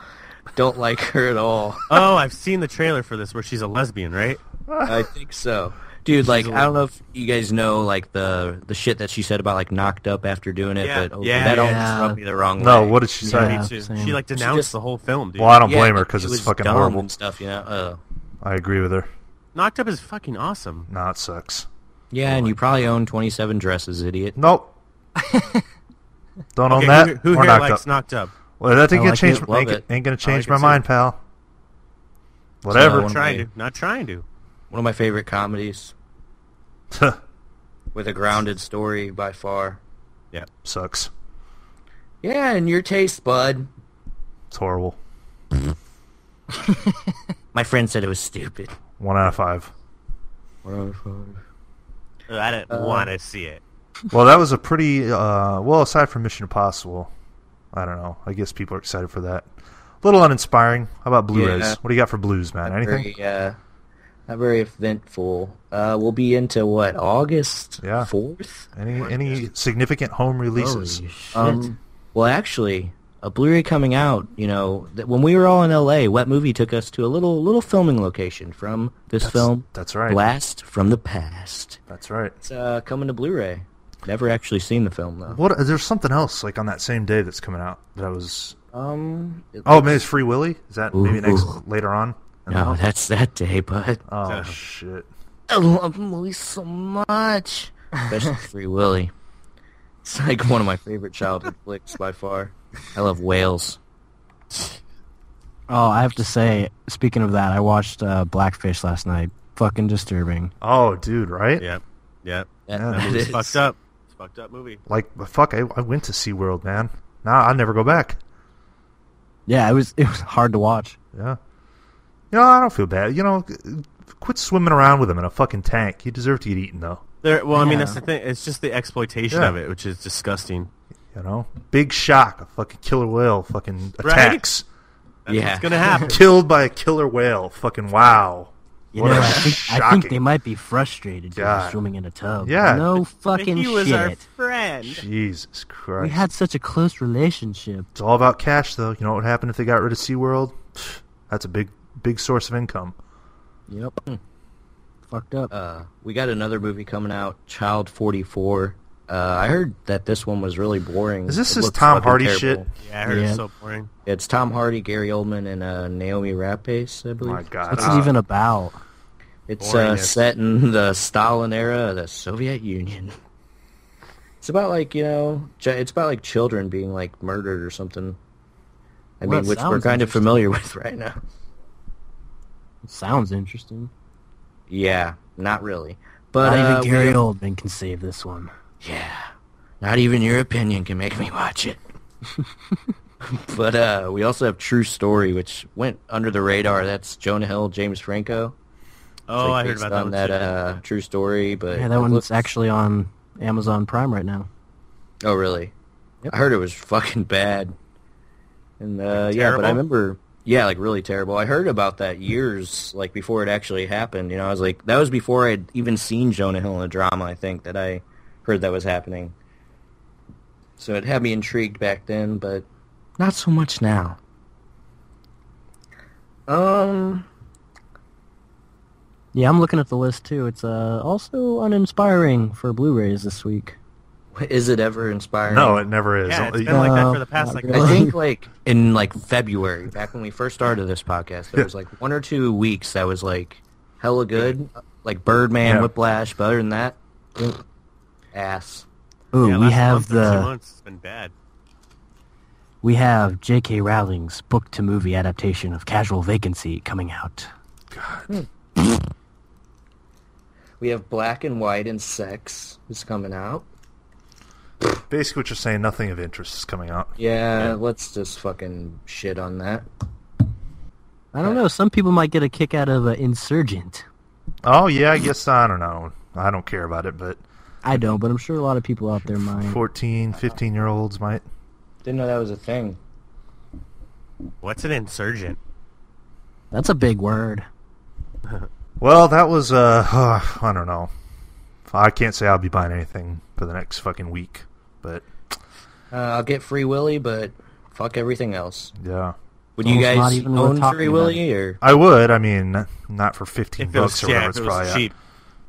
C: Don't like her at all.
D: Oh, I've seen the trailer for this where she's a lesbian, right?
C: I think so. Dude, like I don't know if you guys know like the the shit that she said about like knocked up after doing it,
D: Yeah.
C: but oh,
D: Yeah,
C: that always
E: yeah.
C: rubbed me the wrong
B: No,
C: way.
B: what did she say?
E: Yeah.
D: Me too.
E: same.
D: She like
C: She
D: denounced
C: just-
D: the whole film, dude.
B: Well, I don't
C: Yeah,
B: blame her
C: like,
B: because
C: she
B: it's
C: was
B: fucking
C: dumb
B: horrible.
C: and stuff, you know. Uh,
B: I agree with her.
D: Knocked Up is fucking awesome.
B: Nah, it sucks.
C: yeah, and you probably own twenty seven dresses, idiot.
B: Nope. don't own
D: Okay,
B: that.
D: who, who
B: or
D: here
B: knocked
D: likes
B: up.
D: Knocked Up?
B: Well, that ain't
E: I
B: gonna
E: like
B: change.
E: it,
B: my- ain't,
C: love it.
B: ain't gonna
D: I
B: change
D: like it
B: my
D: too.
B: mind, pal. Whatever.
C: one-
D: Trying to. Not trying to.
C: One of my favorite comedies. with a grounded story by far.
D: Yeah.
B: Sucks.
C: Yeah, and your taste, bud.
B: It's horrible.
C: My friend said it was stupid.
B: One out of five.
D: Ugh, Uh, I
C: Uh,
D: didn't want to see it.
B: Well, that was a pretty uh, well. Aside from Mission Impossible, I don't know. I guess people are excited for that. A little uninspiring. How about Blu-rays?
C: Yeah.
B: What do you got for blues, man? Anything?
C: Very, uh, not very eventful. Uh, we'll be into what August
B: Yeah.
C: fourth.
B: Any any significant home releases?
C: Um, well, actually, a Blu-ray coming out. You know, that when we were all in L.A., Wet Movie took us to a little little filming location from this film.
B: that's right.
C: Blast from the past.
B: That's right.
C: It's uh, coming to Blu-ray. Never actually seen the film though.
B: What? There's something else like on that same day that's coming out that I was.
C: Um, it-
B: Oh, maybe it's Free Willy. Is that maybe
C: Ooh.
B: next later on?
C: no, that's that day, but
B: Oh shit.
C: I love movies so much, especially Free Willy. It's like one of my favorite childhood flicks by far. I love whales.
E: Oh, I have to say, speaking of that, I watched uh, Blackfish last night. Fucking disturbing.
B: Oh, dude, right?
D: Yep. Yep.
C: That,
B: Yeah,
C: that
B: that
D: That movie's
C: is-
D: fucked up. It's a fucked up movie.
B: Like fuck, I, I went to SeaWorld, man. Now I'll never go back.
E: Yeah, it was it was hard to watch.
B: Yeah. You know, I don't feel bad. You know, g- quit swimming around with him in a fucking tank. You deserve to get eaten, though.
D: There, well, I mean,
E: Yeah.
D: that's the thing. It's just the exploitation
B: Yeah.
D: of it, which is disgusting.
B: You know, big shock, a fucking killer whale, fucking
D: Right?
B: attacks,
D: That's
C: Yeah.
D: what's gonna happen.
B: killed by a killer whale. Fucking wow. What
E: Yeah,
B: a
E: I, think,
B: shocking.
E: I think they might be frustrated for
B: God.
E: swimming in a tub.
B: Yeah.
E: No fucking
D: Mickey was
E: shit.
D: our friend.
B: Jesus Christ.
E: We had such a close relationship.
B: It's all about cash, though. You know what would happen if they got rid of SeaWorld? Pfft, That's a big, big source of income.
E: Yep. Fucked up.
C: Hmm. uh, we got another movie coming out, Child 44. Uh, I heard that this one was really boring.
B: Is this
C: It
B: this
C: looks
B: Tom
C: fucking
B: Hardy
C: terrible.
B: shit?
D: Yeah, I heard
E: Yeah.
D: it's so boring.
C: It's Tom Hardy, Gary Oldman, and uh, Naomi Rapace, I believe.
B: my God.
E: What's
B: uh,
E: it even about?
C: It's uh,
D: Boring as-
C: set in the Stalin era of the Soviet Union. It's about like you know, ch- it's about like children being like murdered or something. I
E: Well,
C: mean,
E: that
C: which we're
E: sounds
C: kind of
E: interesting.
C: familiar with right now.
E: It sounds interesting.
C: Yeah, not really. But
E: Not
C: uh,
E: even Gary
C: we-
E: Oldman can save this one.
C: Yeah. Not even your opinion can make me watch it. but uh, we also have True Story, which went under the radar. That's Jonah Hill, James Franco. It's,
D: Oh,
C: like,
D: I heard
C: based
D: about
C: on
D: that.
C: that
D: one, too.
C: uh, True Story, but
E: Yeah, that
C: it
E: one's
C: looks-
E: actually on Amazon Prime right now.
C: Oh, really? I heard it was fucking bad. And uh, yeah, but
D: Terrible?
C: I remember, yeah, like really terrible. I heard about that years, like before it actually happened. You know, I was like, that was before I'd even seen Jonah Hill in a drama. I think that I heard that was happening. So it had me intrigued back then, but not so much now. Um,
E: Yeah, I'm looking at the list too. It's uh, also uninspiring for Blu-rays this week.
C: is it ever inspiring?
B: No, it never is. Uh,
D: yeah,
B: Only-
D: it's been like that
E: No,
D: for the past
E: not
D: like
E: really.
C: I think like in like February, back when we first started this podcast, there was like one or two weeks that was like hella good, like Birdman,
B: Yeah.
C: Whiplash. But other than that, ass.
E: Ooh,
D: yeah,
E: we
D: last
E: have
D: month or two
E: the
D: months, it's been bad.
E: we have J.K. Rowling's book-to-movie adaptation of Casual Vacancy coming out.
C: We have Black and White and Sex is coming out.
B: Basically, what you're saying, nothing of interest is coming out.
C: Yeah, let's just fucking shit on that.
E: I don't know. Some people might get a kick out of uh, Insurgent.
B: Oh yeah, I guess I don't know. I don't care about it, but
E: I don't, but I'm sure a lot of people out there might.
B: 14, 15 year olds might.
C: Didn't know that was a thing.
D: What's an insurgent?
E: That's a big word.
B: Well, that was uh, I don't know. I can't say I'll be buying anything for the next fucking week, but
C: Uh, I'll get Free Willy, but fuck everything else.
B: yeah,
C: Would
E: It's
C: you
E: almost
C: guys
E: not even worth
C: own
E: talking
C: Free
E: about.
C: Willy or?
B: I would. I mean, not for fifteen
D: If it was
B: bucks or whatever.
D: yeah, if
B: it's
D: it
B: probably uh,
D: was cheap,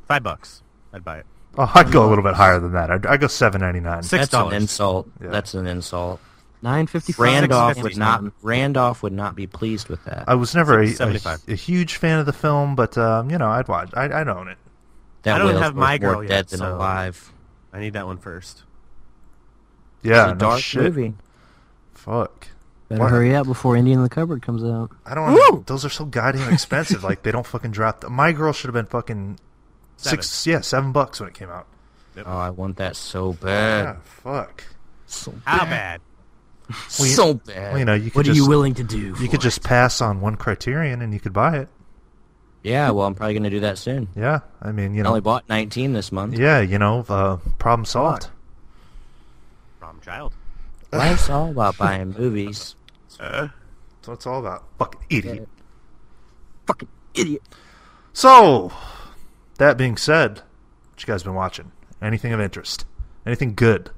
D: five bucks, I'd buy it.
B: Oh, I'd go a little bit higher than that. I'd, I'd go seven ninety nine.
D: Six
C: That's an
D: dollars.
C: insult.
B: Yeah.
C: That's an insult.
E: Nine fifty-five.
C: Randolph would
D: fifty.
C: not. Randolph would not be pleased with that.
B: I was never a,
D: Six-
B: a,
D: 75.
B: a huge fan of the film, but um, you know, I'd watch. I'd, I'd own it.
C: That
D: I don't
C: whale's
D: have my
C: worth
D: girl
C: more
D: yet,
C: dead than
D: so-
C: alive.
D: I need that one first.
B: Yeah,
C: it's a
B: no
C: dark
B: shit.
C: movie.
B: Fuck.
E: Better
B: What?
E: hurry up before Indian in the Cupboard comes out.
B: I don't. Those are so goddamn expensive. like they don't fucking drop. The, my girl should have been fucking six. Yeah, seven bucks when it came out.
C: Oh, I want that so bad.
B: Ah, fuck.
C: So
D: How bad?
C: so bad.
B: Well, you know, you could
E: What are
B: just,
E: you willing to do?
B: you could just pass on one criterion and you could buy it.
C: yeah, well, I'm probably gonna do that soon.
B: Yeah, I mean, you
C: I only
B: know,
C: bought 19 this month.
B: yeah, you know, uh, problem solved.
D: Problem child.
C: Life's all about buying movies.
D: Uh,
B: That's what it's all about. Fucking idiot.
E: fucking idiot.
B: So, that being said, what you guys been watching? Anything of interest? Anything good?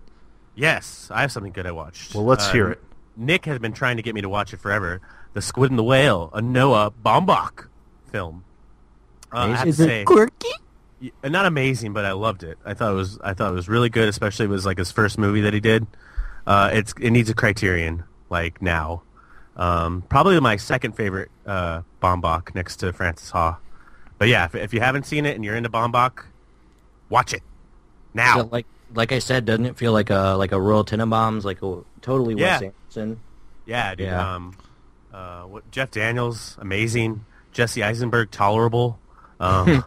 D: Yes, I have something good I watched.
B: Well, let's
D: Uh,
B: hear it.
D: Nick has been trying to get me to watch it forever. The Squid and the Whale, a Noah Baumbach film. Uh, I have
E: Is
D: to
E: it
D: say,
E: quirky?
D: y- uh, not amazing, but I loved it. I thought it was I thought it was really good, especially it was like his first movie that he did. Uh, it's it needs a Criterion like now. Um, probably my second favorite uh, Baumbach next to Francis Ha. But yeah, if, if you haven't seen it and you're into Baumbach, watch it now.
C: Yeah, like like I said, doesn't it feel like a like a Royal Tenenbaums, like a totally Wes
D: Yeah.
C: Anderson?
D: Yeah, dude.
C: Yeah.
D: Um, uh, what, Jeff Daniels, amazing. Jesse Eisenberg, tolerable. Um,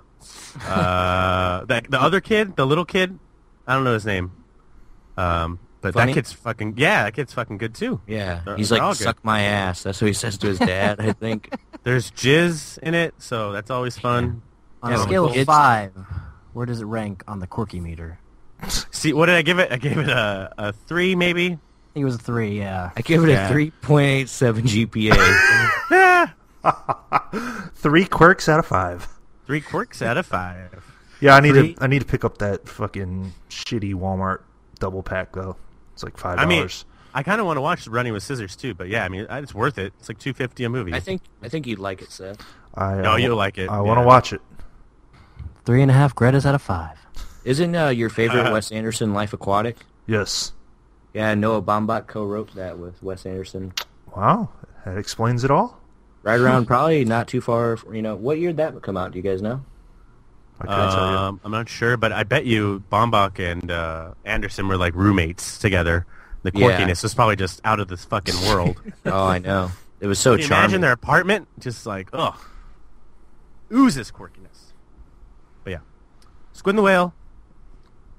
D: uh, the, the other kid, the little kid, I don't know his name. Um, but
C: Funny?
D: that kid's fucking yeah, that kid's fucking good too.
C: Yeah,
D: They're-
C: he's
D: they're all
C: like
D: good.
C: suck my ass. That's what he says to his dad. I think.
D: There's jizz in it, so that's always fun. Um,
E: On
D: Yeah,
E: a
D: but
E: scale of
C: it's-
E: five, where does it rank on the quirky meter?
D: See, what did I give it? I gave it a, a three, maybe.
E: I think it was a three. Yeah.
C: I give it
D: Yeah.
C: a 3.87 GPA.
D: Ah,
B: Three quirks out of five.
D: three quirks out of five.
B: Yeah, I need
D: Three?
B: to. I need to pick up that fucking shitty Walmart double pack though. It's like five
D: I mean,
B: dollars.
D: I kind of want to watch Running with Scissors too, but yeah, I mean, it's worth it. It's like two fifty a movie.
C: I think I think you'd like it, Seth.
B: I
D: No,
B: uh,
D: you'll like it.
B: I want to
D: Yeah.
B: watch it.
E: Three and a half Greta's out of five.
C: Isn't uh, your favorite
D: Uh,
C: Wes Anderson Life Aquatic?
B: Yes.
C: Yeah, Noah Baumbach co-wrote that with Wes Anderson.
B: Wow, that explains it all.
C: Right around probably not too far. You know, what year did that come out? Do you guys know?
B: I couldn't tell you.
D: Um, I'm not sure, but I bet you Bombach and uh, Anderson were like roommates together. The
C: Yeah.
D: quirkiness was probably just out of this fucking world. Can
C: Oh, I know. It was so
D: you
C: charming.
D: imagine their apartment? Just like, ugh. Oozes quirkiness. But yeah. Squid and the Whale.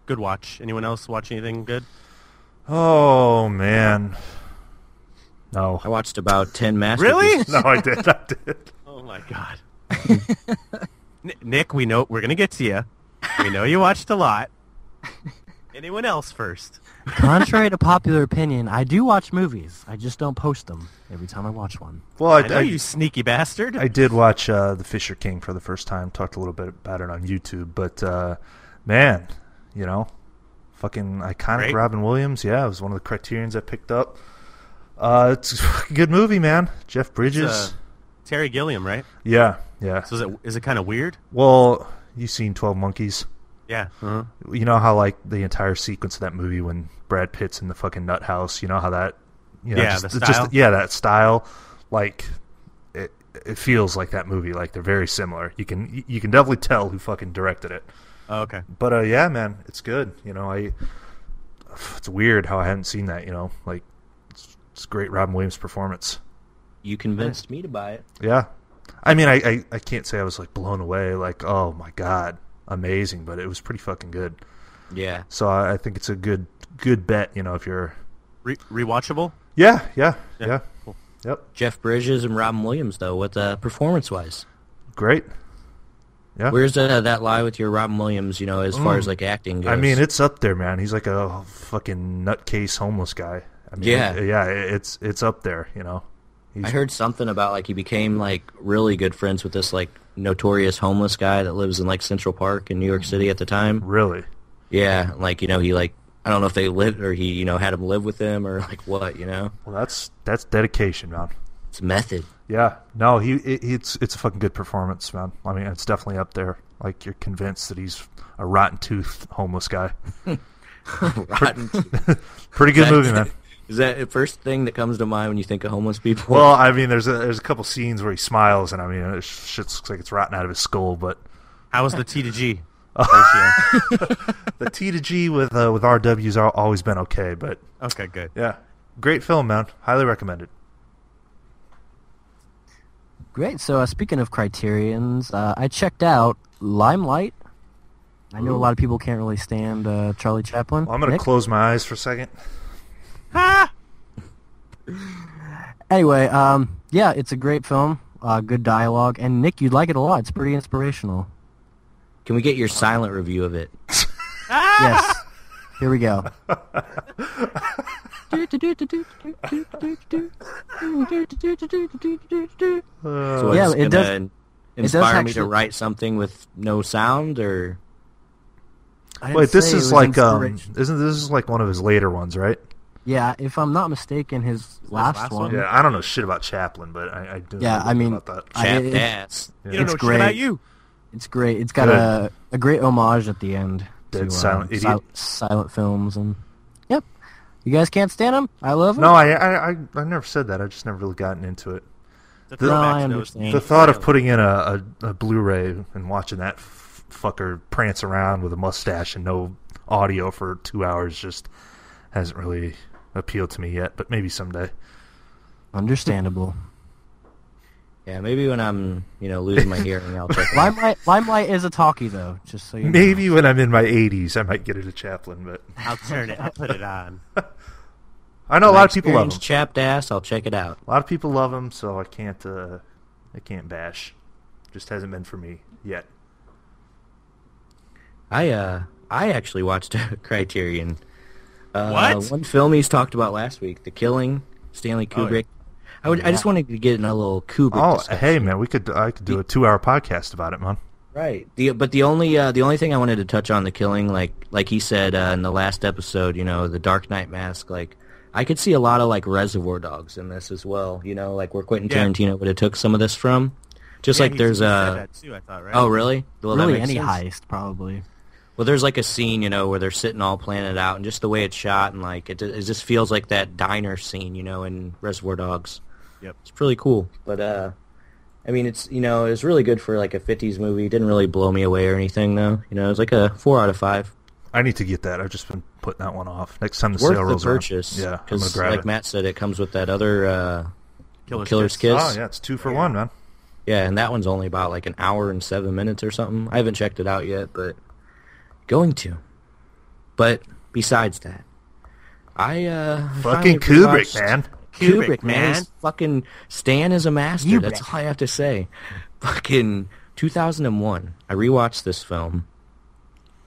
D: Good watch. Anyone else watch anything good?
B: Oh man. No.
C: I watched about ten masterpieces.
D: Really?
B: No, I did. I did.
D: oh my god. N- Nick, we know we're gonna get to you. We know you watched a lot. Anyone else first?
E: Contrary to popular opinion, I do watch movies. I just don't post them every time I watch one.
B: Well, I,
D: I know
B: I-
D: you sneaky bastard.
B: I did watch uh, The Fisher King for the first time. Talked a little bit about it on YouTube, but uh, man, you know, fucking iconic
D: Great.
B: Robin Williams. Yeah, it was one of the criterions I picked up. Uh, it's a fucking good movie, man. Jeff Bridges.
D: uh, Terry Gilliam, right?
B: yeah, yeah.
D: So is it is it kind of weird?
B: Well, you've seen Twelve Monkeys.
D: Yeah.
B: You know how like the entire sequence of that movie when Brad Pitt's in the fucking nut house. You know how that. You know,
D: Yeah,
B: just,
D: the
B: just-
D: style.
B: yeah, that style. Like it, it feels like that movie. Like they're very similar. You can you can definitely tell who fucking directed it.
D: Oh, okay.
B: But uh, yeah, man, it's good. You know, I it's weird how I hadn't seen that. You know, like it's, it's great Robin Williams performance.
C: You convinced me to buy it.
B: Yeah, I mean, I, I I can't say I was like blown away. Like, oh my god, amazing, but it was pretty fucking good.
C: Yeah.
B: So I, I think it's a good good bet. You know, if you're
D: Re- rewatchable.
B: yeah yeah yeah,
D: Cool.
B: yep
C: Jeff Bridges and Robin Williams though, with uh, performance wise.
B: great. Yeah,
C: Where's uh, that lie with your Robin Williams? You know, as
D: Mm.
C: far as like acting goes.
B: I mean, it's up there, man. He's like a fucking nutcase homeless guy. I mean,
C: Yeah.
B: it- yeah, it- it's it's up there. You know, he's
C: I heard something about like he became like really good friends with this like notorious homeless guy that lives in like Central Park in New York City at the time.
B: really
C: Yeah, like you know he like I don't know if they lived or he you know had him live with them or like what you know.
B: well. That's that's dedication, man.
C: It's method.
B: Yeah, no, he it, it's it's a fucking good performance, man. I mean, it's definitely up there. Like you're convinced that he's a rotten tooth homeless guy.
C: Rotten.
B: Pretty good movie, man.
C: Is that the first thing that comes to mind when you think of homeless people?
B: Well, I mean, there's a there's a couple scenes where he smiles, and I mean, it sh- shit looks like it's rotten out of his skull. But
D: How was the T to G ratio?
B: the T to G with uh, with RW's are always been okay. But
D: okay, good.
B: yeah, great film, man. Highly recommended.
E: Great. So uh, speaking of criterions, uh, I checked out Limelight I know a lot of people can't really stand uh, Charlie Chaplin.
B: Well, I'm gonna
E: Nick?
B: close my eyes for a second.
D: Ah!
E: anyway, um, yeah, it's a great film. Uh, good dialogue, and Nick, you'd like it a lot. It's pretty inspirational.
C: Can we get your silent review of it?
E: Yes. Here we go.
B: uh,
C: So
E: Yeah,
C: it's
E: it does-
C: gonna
E: does
C: inspire me to
E: actually-
C: write something with no sound, or
E: I
B: Wait,
E: didn't
B: this
E: say it
B: is
E: was
B: like um,
E: inspiration- Mm-hmm.
B: isn't this is like one of his later ones, right?
E: yeah, if I'm not mistaken, his last,
D: last
E: one.
D: one?
B: Yeah, I don't know shit about Chaplin, but I, I do. know
E: Yeah,
B: a little
E: I
B: bit
E: mean,
B: about that.
E: I-
C: chapped
E: it-
C: ass?
D: You don't
E: It's
D: know shit about
E: great.
D: you.
E: It's great. It's got
B: Good.
E: a, a great homage at the end to
B: Dead silent
E: uh,
B: idiot.
E: sil- silent films and yep. You guys can't stand him. I love him.
B: no, I, I I I never said that. I just never really gotten into it.
D: The
B: No,
D: throwbacks,
E: I
D: though,
E: understand.
D: is
B: The
E: Yeah.
B: thought of putting in a, a, a Blu-ray and watching that f- fucker prance around with a mustache and no audio for two hours just hasn't really appealed to me yet. But maybe someday.
E: Understandable.
C: Yeah, maybe when I'm you know losing my hearing, I'll check. it out.
E: Limelight, Limelight is a talkie though. Just so you know.
B: Maybe when I'm in my 80s, I might get into Chaplin. But
D: I'll turn it. I'll put it on.
B: I know a
C: When I
B: lot of people love
C: experience
B: him.
C: Chapped ass. I'll check it out.
B: A lot of people love him, so I can't. Uh, I can't bash. Just hasn't been for me yet.
C: I uh I actually watched Criterion. Uh,
D: What?
C: One film he's talked about last week, The Killing, Stanley
D: Oh, yeah. uh,
C: Kubrick. I would I just wanted to get in a little Kubrick.
B: Oh,
C: discussion.
B: hey man, we could. I could do a two-hour podcast about it, man.
C: Right. The but the only uh, the only thing I wanted to touch on the killing, like like he said uh, in the last episode, you know, the Dark Knight mask, like I could see a lot of like Reservoir Dogs in this as well. You know, like where Quentin
D: Yeah.
C: Tarantino would have took some of this from. Just
D: Yeah,
C: like
D: he-
C: there's
D: he
C: a
D: said
C: uh,
D: that too, I thought, right?
C: oh really well that
E: really
C: makes
E: any
C: sense.
E: heist probably.
C: Well, there's like a scene, you know, where they're sitting all planning it out, and just the way it's shot, and like it, it just feels like that diner scene, you know, in Reservoir Dogs.
D: Yep.
C: It's pretty cool, but uh, I mean, it's you know, it's really good for like a '50s movie. It didn't really blow me away or anything, though. You know, it was like a four out of five.
B: I need to get that. I've just been putting that one off. Next time the
C: Worth
B: sale
C: the
B: rolls
C: purchase,
B: around, yeah, I'm gonna
C: because
B: grab
C: like
B: it.
C: Matt said, it comes with that other uh,
D: Killer's
C: Killer's
D: Kiss.
C: Kiss.
B: oh yeah, it's two for one, man.
C: Yeah, and that one's only about like an hour and seven minutes or something. I haven't checked it out yet, but going to. But besides that, I uh I
B: Fucking
C: finally
B: Kubrick,
C: rewatched-
B: man.
C: Kubrick,
D: Kubrick,
C: man.
D: man.
C: He's fucking Stan is a master.
E: You
C: That's
E: bet.
C: all I have to say. Fucking 2001. I rewatched this film,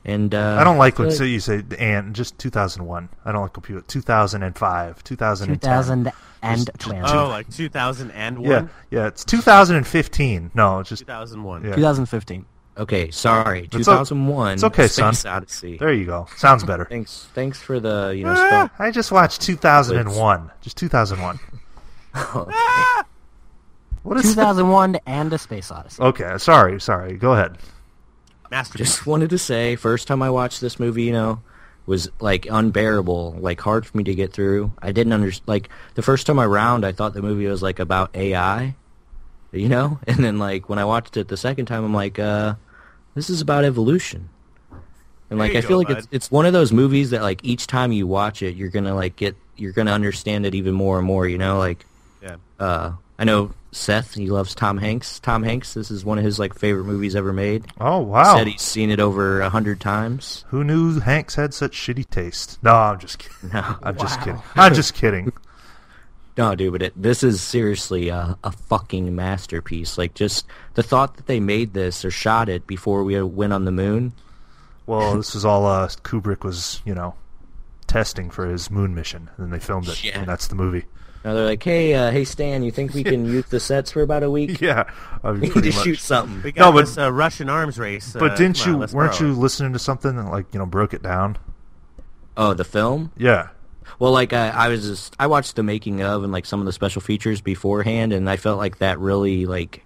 C: and uh,
B: I don't like
C: feel
B: when so you say and just 2001. I don't like when people 2005, 2010.
E: 2012.
D: Oh, like 2001.
B: Yeah, yeah, it's 2015. No, it's just
D: 2001.
B: Yeah.
E: 2015.
C: Okay, sorry.
B: o-
C: 2001.
B: it's okay,
C: Space
B: son.
C: Odyssey.
B: there you go. Sounds better.
C: Thanks, thanks for the you know.
B: Ah,
C: spell-
B: I just watched 2001. Just 2001.
C: Oh.
B: What is that?
E: 2001 and a Space Odyssey.
B: Okay, sorry, sorry. Go ahead.
D: Masterpiece.
C: just wanted to say first time i watched this movie you know was like unbearable like hard for me to get through i didn't understand like the first time around i thought the movie was like about ai you know and then like when i watched it the second time i'm like uh this is about evolution and
D: There
C: like
D: you
C: i feel like
D: go, bud.
C: it's it's one of those movies that like each time you watch it you're gonna like get you're gonna understand it even more and more you know like
D: yeah.
C: uh i know seth he loves tom hanks tom hanks this is one of his like favorite movies ever made
B: Oh wow.
C: Said he's seen it over a hundred times.
B: Who knew Hanks had such shitty taste? No, I'm just kidding.
C: No,
B: I'm just kidding. I'm just kidding.
C: no, dude, but it, this is seriously a, a fucking masterpiece. Like, just the thought that they made this or shot it before we went on the moon.
B: Well, this is all uh, Kubrick was, you know, testing for his moon mission, and then they filmed it,
C: Yeah.
B: and that's the movie.
C: Now they're like, hey, uh, hey, Stan, you think we can use the sets for about a week?
B: Yeah, I mean,
C: We need
B: pretty
C: to
B: much.
C: shoot something.
D: We got
B: No, but-
D: this uh, Russian arms race.
B: But
D: uh,
B: didn't
D: come on,
B: you?
D: let's
B: weren't
D: borrow
B: you
D: it.
B: listening to something that, like, you know, broke it down?
C: Oh, the film?
B: Yeah.
C: Well, like I, I was just I watched the making of and like some of the special features beforehand, and I felt like that really like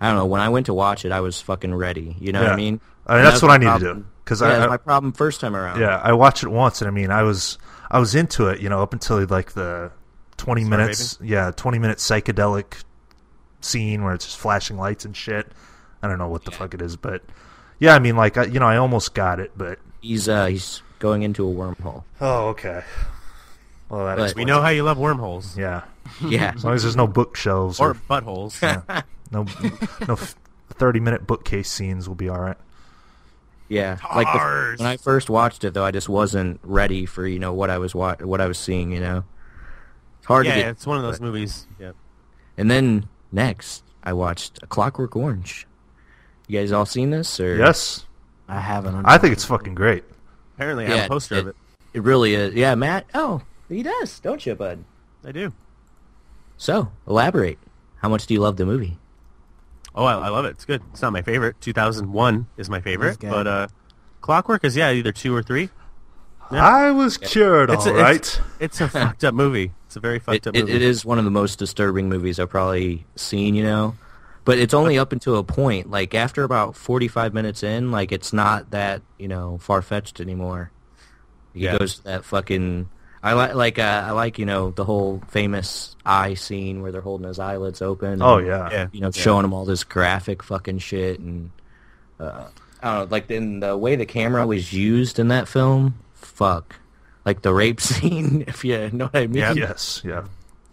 C: I don't know when I went to watch it, I was fucking ready. You know what
B: Yeah.
C: I mean?
B: I mean, that's
C: And that was
B: what I
C: my
B: need to
C: problem.
B: do, 'cause
C: yeah,
B: I-
C: that was
B: I-
C: my problem first time around.
B: Yeah, I watched it once, and I mean, I was I was into it, you know, up until like the twenty
D: Sorry,
B: minutes. Yeah, twenty minute psychedelic scene where it's just flashing lights and shit. I don't know what the fuck it is, but yeah, I mean, like, I, you know, I almost got it, but
C: he's uh he's going into a wormhole.
B: oh, okay. Well, that
C: But-
B: explains
D: We know how you love wormholes
B: Yeah,
C: Yeah.
B: as long as there's no bookshelves
D: or
B: or
D: buttholes.
B: no no thirty minute bookcase scenes, will be all right.
C: Yeah, like the,
D: Cars.
C: when I first watched it though, I just wasn't ready for you know what I was wa- what I was seeing. You know, it's hard
D: yeah,
C: to get.
D: it's one of those movies. Yeah.
C: And then next, I watched A Clockwork Orange. You guys all seen this? Or
B: Yes,
E: I haven't.
B: Oh. I think it's fucking great.
D: Apparently, I
C: Yeah,
D: have a poster of it.
C: It really is. Yeah, Matt. Oh, he does, don't you, bud?
D: I do.
C: So elaborate. How much do you love the movie?
D: Oh, I, I love it. It's good. It's not my favorite. 2001 is my favorite,
E: Okay.
D: but uh, Clockwork is yeah either two or three.
B: I was cured,
D: It's
B: all
D: a,
B: right.
D: it's, Mm-hmm. it's a fucked up movie. It's a very fucked
C: It,
D: up
C: it-
D: movie.
C: it is one of the most disturbing movies I've probably seen, you know. But it's only up until a point. Like after about forty-five minutes in, like it's not that you know far-fetched anymore. He
D: Yeah.
C: goes to that fucking. I like like uh, I like you know the whole famous eye scene where they're holding his eyelids open.
B: Oh
C: and,
B: yeah.
D: Yeah.
C: you know, showing him all this graphic fucking shit, and uh, I don't know, like in the way the camera was used in that film, fuck, like the rape scene, if you know what I mean.
D: Yeah.
B: Yes. Yeah.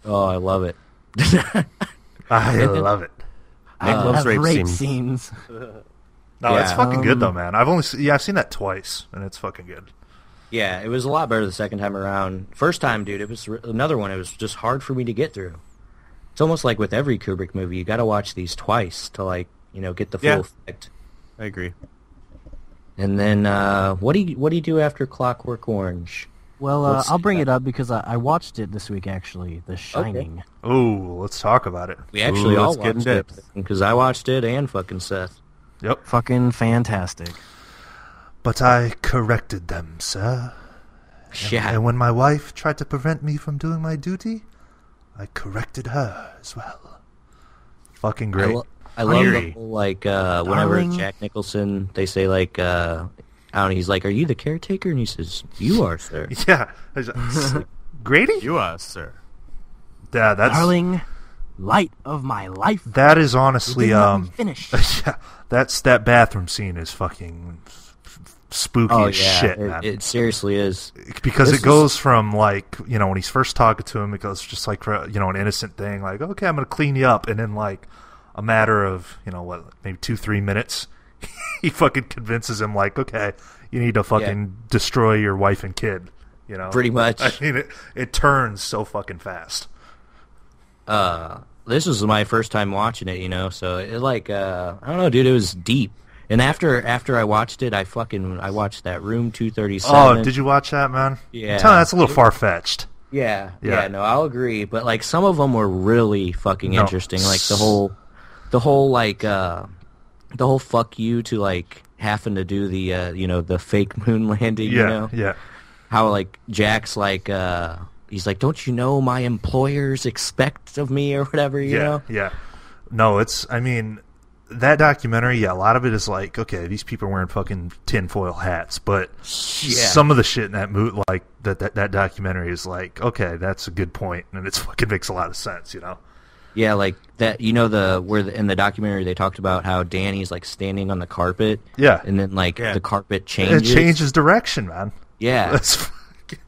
C: Oh, I love it.
B: I love it.
E: I
D: Uh,
E: love
D: rape
E: rape,
D: scenes.
E: scenes.
B: No, it's
C: Yeah.
B: fucking good though,
E: Um,
B: man. I've only se- yeah, I've seen that twice, and it's fucking good.
C: Yeah, it was a lot better the second time around. First time, dude, it was r- another one. It was just hard for me to get through. It's almost like with every Kubrick movie, you got to watch these twice to like you know get the full
D: Yeah.
C: effect.
D: I agree.
C: And then uh, what do you what do you do after Clockwork Orange?
E: Well, uh,
C: Let's see
E: I'll bring it up because I, I watched it this week actually, The Shining.
B: Ooh, let's talk about it.
C: We actually
D: Ooh,
C: all
D: let's get in
C: watched it
D: depth.
C: because I watched it and fucking Seth.
B: Yep.
E: Fucking fantastic.
B: But I corrected them, sir.
C: Yeah,
B: And when my wife tried to prevent me from doing my duty, I corrected her as well. Fucking
C: I,
B: great.
C: lo- I love the
D: Eerie.
C: whole, like uh, whenever
E: Darling.
C: Jack Nicholson they say like uh, I don't know. He's like, "Are you the caretaker?" And he says, "You are, sir."
B: yeah. I was like, "S- Grady?
D: You are, sir.
B: Yeah, that's
E: Darling, light of my life.
B: that is honestly um
E: finish.
B: yeah, that's that bathroom scene is fucking f- f- spooky
C: oh yeah,
B: as shit,
C: it,
B: man.
C: it seriously is.
B: because
C: This
B: it goes from like you know when he's first talking to him it goes just like for, you know an innocent thing like okay i'm gonna clean you up and then like a matter of you know what maybe two three minutes he fucking convinces him like okay you need to fucking destroy your wife and kid you know
C: Pretty much.
B: i mean it, it turns so fucking fast
C: this was my first time watching it, you know. So it like uh I don't know, dude. It was deep. And after after I watched it, I fucking I watched that Room Two Thirty Seven.
B: oh did you watch that man
C: Yeah.
B: I'm telling you, that's a little far-fetched
C: Yeah,
B: Yeah.
C: yeah, No, I'll agree. But like some of them were really fucking
B: No.
C: interesting. Like the whole, the whole like uh, the whole fuck you to like having to do the uh, you know the fake moon landing.
B: yeah
C: you know?
B: yeah
C: how like Jack's like uh he's like, don't you know my employers expect of me or whatever, you
B: yeah,
C: know?
B: yeah. No, it's. I mean, that documentary. Yeah, a lot of it is like, okay, these people are wearing fucking tinfoil hats, but some of the shit in that mo- like that, that that documentary is like, okay, that's a good point, and it's fucking makes a lot of sense, you know.
C: Yeah, like that. You know the where the, in the documentary they talked about how Danny's like standing on the carpet.
B: Yeah.
C: and then like
D: Yeah.
C: the carpet changes.
B: It changes direction, man.
C: Yeah,
B: That's fucking,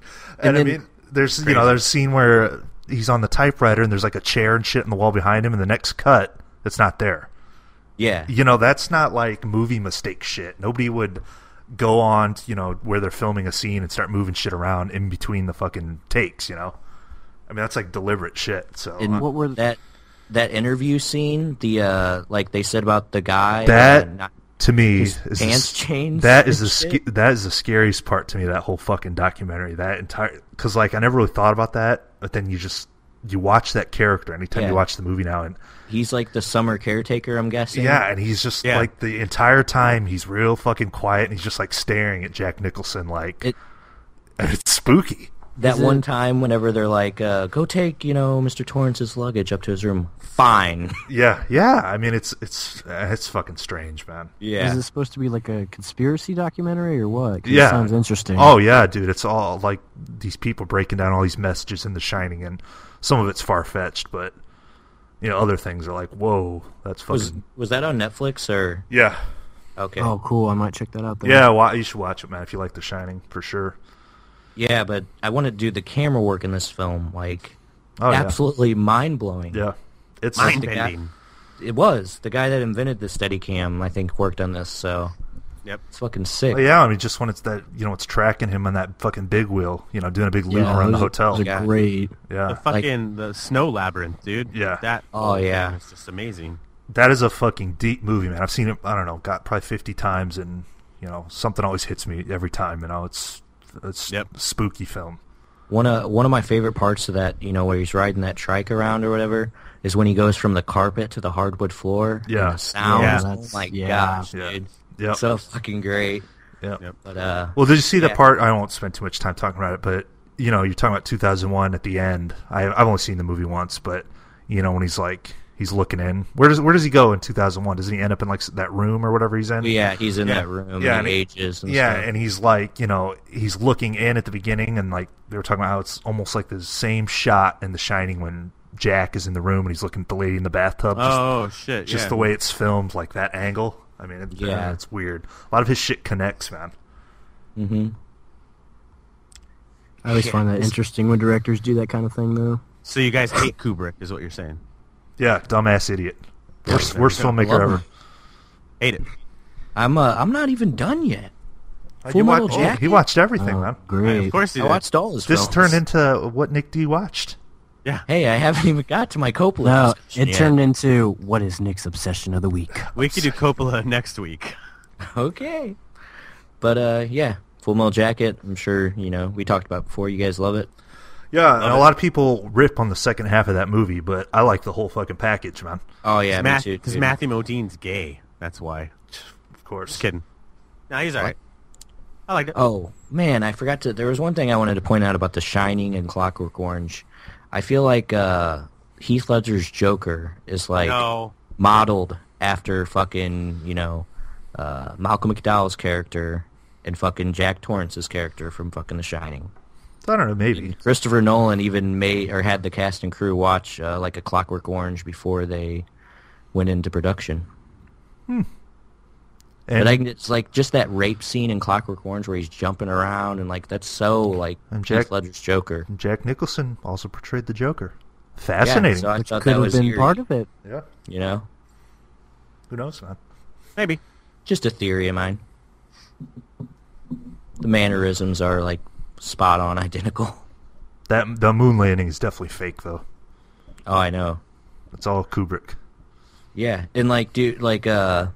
B: and, I
C: then-
B: mean, there's you know, there's a scene where he's on the typewriter, and there's like a chair and shit in the wall behind him, and the next cut, it's not there.
C: yeah,
B: you know that's not like movie mistake shit nobody would go on you know where they're filming a scene and start moving shit around in between the fucking takes you know i mean that's like deliberate shit so uh,
C: And
E: What were-
C: that that interview scene? The uh, like they said about the guy uh,
B: that
C: not-
B: to me is
C: his
B: the s-
C: pants changed
B: that
C: and
B: is the sc-
C: shit.
B: that is the scariest part to me that whole fucking documentary that entire because like i never really thought about that but then you just you watch that character anytime
C: Yeah.
B: you watch the movie now and
C: he's like the summer caretaker. I'm guessing.
B: Yeah, and he's just
D: Yeah.
B: like the entire time he's real fucking quiet and he's just like staring at Jack Nicholson like
C: It-
B: and it's spooky.
C: That
E: Is
C: one
E: it-
C: time, whenever they're like, uh, "Go take you know Mr. Torrance's luggage up to his room." Fine.
B: Yeah, yeah. I mean it's it's uh, it's fucking strange, man.
E: Is
C: Yeah.
E: this supposed to be like a conspiracy documentary or what? 'Cause
B: Yeah.
E: It sounds interesting.
B: Oh yeah, dude, it's all like these people breaking down all these messages in the shining and some of it's far fetched, but you know, other things are like, Whoa, that's fucking
C: Was was that on Netflix or
B: Yeah.
C: okay?
E: Oh, cool. I might check that out then.
B: Yeah, wa- you should watch it, man, if you like the shining, for sure.
C: Yeah, but I want to do the camera work in this film. Like,
B: Oh yeah.
C: absolutely mind blowing.
B: Yeah. It's
D: Mind
C: the guy-
D: bending.
C: It was the guy that invented the Steadicam. I think worked on this. So
D: Yep.
C: It's fucking sick.
B: But Oh, yeah, I mean, just when it's that, you know, it's tracking him on that fucking big wheel, you know, doing a big loop
E: Yeah,
B: around the
E: those are-
B: hotel.
E: those are
C: Yeah.
E: great.
B: Yeah,
D: The fucking the snow labyrinth, dude.
B: Yeah.
D: That.
C: Uh, Oh, yeah.
D: It's just amazing.
B: that is a fucking deep movie, man. I've seen it. I don't know, got probably fifty times, and you know, something always hits me every time. You know, it's it's
D: Yep.
B: spooky film.
C: One of one of my favorite parts of that, you know, where he's riding that trike around or whatever, is when he goes from the carpet to the hardwood floor.
B: Yeah.
C: And the sounds.
D: Yeah.
C: Oh
E: That's-
C: my
E: yeah.
C: gosh,
B: Yeah.
C: dude.
B: Yep.
C: So fucking great.
B: Yeah.
D: Yep.
C: But uh
B: Well, did you see the
C: Yeah.
B: part? I won't spend too much time talking about it, but you know, you're talking about 2001 at the end. I, I've only seen the movie once, but you know, when he's like he's looking in, where does where does he go in 2001? Doesn't he end up in like s- that room or whatever he's in?
C: yeah, he's in
D: Yeah.
C: that room
B: Yeah,
C: and
B: and
C: he
B: he-
C: ages and
B: Yeah,
C: stuff.
B: and he's like, you know, he's looking in at the beginning, and like they were talking about how it's almost like the same shot in The Shining when Jack is in the room and he's looking at the lady in the bathtub. Just,
D: oh shit.
B: just
D: yeah.
B: the way it's filmed, like that angle. I mean, it,
C: Yeah.
B: yeah, it's weird. A lot of his shit connects, man.
E: I always
C: Yeah.
E: find that interesting when directors do that kind of thing, though.
D: So you guys hate Kubrick, is what you're saying?
B: Yeah, dumbass idiot. Worst,
D: there
B: worst
D: we go.
B: filmmaker
C: Love
B: ever.
C: him.
D: Hate it.
C: I'm uh, I'm not even done yet.
B: Uh,
C: Full
B: you
C: Metal
B: watched-
C: Jacket?
B: He watched
C: Oh,
B: everything, man.
E: Great.
D: Of course he
C: I
D: did.
C: watched all his
B: This
C: films.
B: turned into uh, what Nick D watched.
C: Hey, I haven't even got to my Coppola.
E: No,
C: discussion
E: it
C: yet.
E: turned into what is Nick's obsession of the week?
D: We could do Coppola next week.
C: okay. But uh, yeah, Full Metal Jacket. I'm sure you know we talked about it before. You guys love it.
B: Yeah, and
D: Love
B: a
D: it.
B: lot of people rip on the second half of that movie, but I like the whole fucking package, man.
C: Oh yeah, me too.
D: Because
C: dude.
D: Matthew Modine's gay. That's why.
B: Of course.
D: Just kidding. No, he's alright. I liked it.
C: Oh man, I forgot to. There was one thing I wanted to point out about The Shining and Clockwork Orange. I feel like uh, Heath Ledger's Joker is like
D: no.
C: modeled after fucking you know uh, Malcolm McDowell's character and fucking Jack Torrance's character from fucking The Shining.
B: I don't know, maybe.
C: Christopher Nolan even made or had the cast and crew watch uh, like a Clockwork Orange before they went into production.
B: And
C: but I, it's like just that rape scene in Clockwork Orange where he's jumping around and like that's so like
B: And
C: Jack
B: Jack-
C: Heath Ledger's Joker.
B: Jack Nicholson also portrayed the Joker.
C: Yeah,
B: Fascinating.
C: so I
E: Which
C: thought
E: could
C: that
E: have
C: was
E: been
C: eerie,
E: part of it.
B: yeah.
C: you know,
B: Who knows, man?
D: Maybe.
C: just a theory of mine. The mannerisms are like spot on identical.
B: That the moon landing is definitely fake, though.
C: Oh, I know.
B: It's all Kubrick.
C: Yeah, and like, dude, like, uh,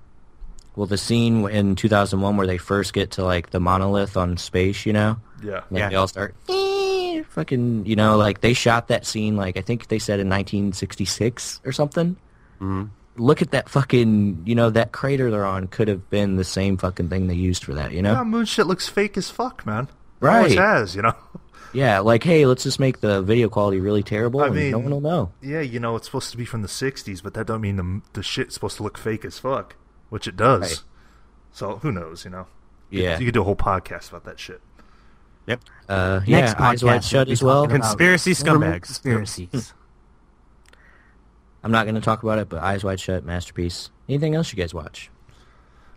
C: well, the scene in 2001 where they first get to like the monolith on space, you know,
B: Yeah.
C: and
D: Yeah.
C: they all start "Eh," fucking, you know, like they shot that scene, like I think they said in 1966 or something.
B: Mm-hmm.
C: Look at that fucking, you know, that crater they're on could have been the same fucking thing they used for that, you know?
B: Yeah, moon shit looks fake as fuck, man.
C: Right.
B: Always has, you know.
C: yeah, like, hey, let's just make the video quality really terrible,
B: I
C: and no
B: mean-
C: one will know.
B: Yeah, you know, it's supposed to be from the '60s, but that don't mean the the shit's supposed to look fake as fuck, which it does.
C: Right.
B: So who knows, you know?
C: Yeah,
B: You could do a whole podcast about that shit.
D: Yep.
C: uh, yeah,
E: Next
C: eyes wide
E: podcast,
C: shut
E: we'll
C: as
E: be
C: well.
E: talking about
D: Conspiracy
E: government
D: scumbags.
E: Conspiracies.
C: I'm not going to talk about it, but eyes wide shut, masterpiece. Anything else you guys watch?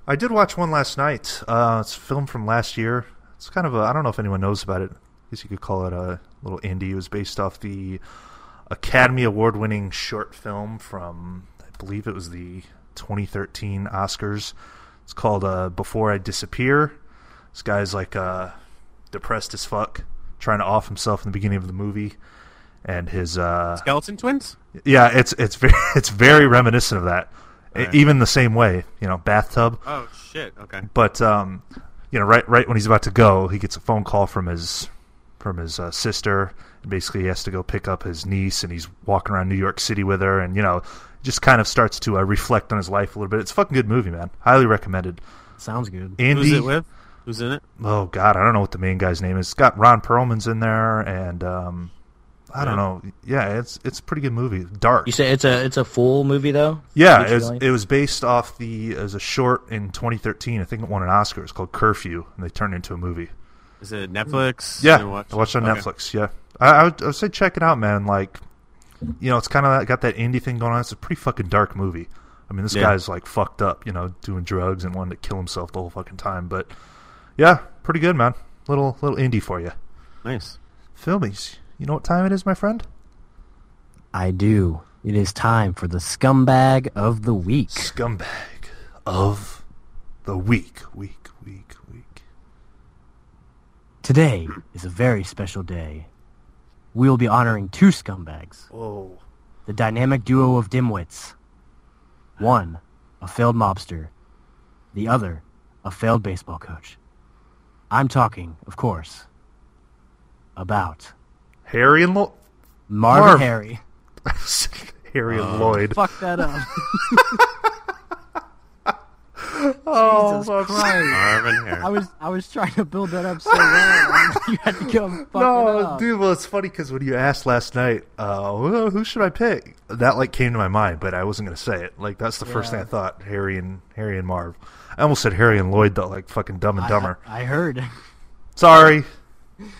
B: I did watch one last night. Uh, it's a film from last year. It's kind of a I don't know if anyone knows about it. I guess you could call it a little indie. It was based off the Academy Award winning short film from I believe it was the 2013 Oscars. It's called uh, Before I Disappear. This guy's like uh, depressed as fuck, trying to off himself in the beginning of the movie, and his uh,
D: Skeleton twins?
B: yeah, it's it's very it's very reminiscent of that. E-
D: Alright.
B: Even the same way, you know, bathtub.
D: Oh shit. Okay.
B: But um, you know, right right when he's about to go, he gets a phone call from his from his uh, sister. And basically, he has to go pick up his niece, and he's walking around New York City with her, and you know, just kind of starts to uh, reflect on his life a little bit. It's a fucking good movie, man. Highly recommended.
E: Sounds good.
B: Andy,
D: Who's it with? Who's in it?
B: oh god, I don't know what the main guy's name is. It's got Ron Perlman's in there, and um, I don't
D: Yeah.
B: know. Yeah, it's it's a pretty good movie. Dark.
C: You say it's a it's a full movie though.
B: Yeah,
C: Feature
B: it was,
C: length?
B: it was based off the as a short in 2013. I think it won an Oscar. It's called Curfew, and they turned it into a movie.
D: Is it Netflix?
B: Yeah,
D: You watch-
B: I watched it on
D: okay.
B: Netflix. Yeah, I, I, would, I would say check it out, man. Like, you know, it's kind of got that indie thing going on. It's a pretty fucking dark movie. I mean, this
D: Yeah.
B: guy's like fucked up, you know, doing drugs and wanting to kill himself the whole fucking time. But yeah, pretty good, man. Little little indie for you.
D: Nice.
B: Filmies, you know what time it is, my friend?
E: I do. It is time for the scumbag of the week.
B: Scumbag of the week, week, week, week.
E: Today is a very special day. We will be honoring two scumbags.
B: Whoa.
E: the dynamic duo of dimwits. One, a failed mobster. The other, a failed baseball coach. I'm talking, of course, about
B: Harry and Lo-
E: Marvin
B: Marv.
E: Harry.
B: Harry
D: Oh.
B: and Lloyd.
E: Fuck that up.
B: Oh, I'm sorry.
D: Marvin Harris.
E: I was I was trying to build that up so well. and You had to come fuck it
B: No,
E: up.
B: dude. Well, it's funny because when you asked last night, uh, "Well, who should I pick? That like came to my mind, but I wasn't gonna say it. Like that's the first thing I thought. Harry and Harry and Marv. I almost said Harry and Lloyd though, like fucking Dumb and Dumber.
E: I, I heard.
B: Sorry,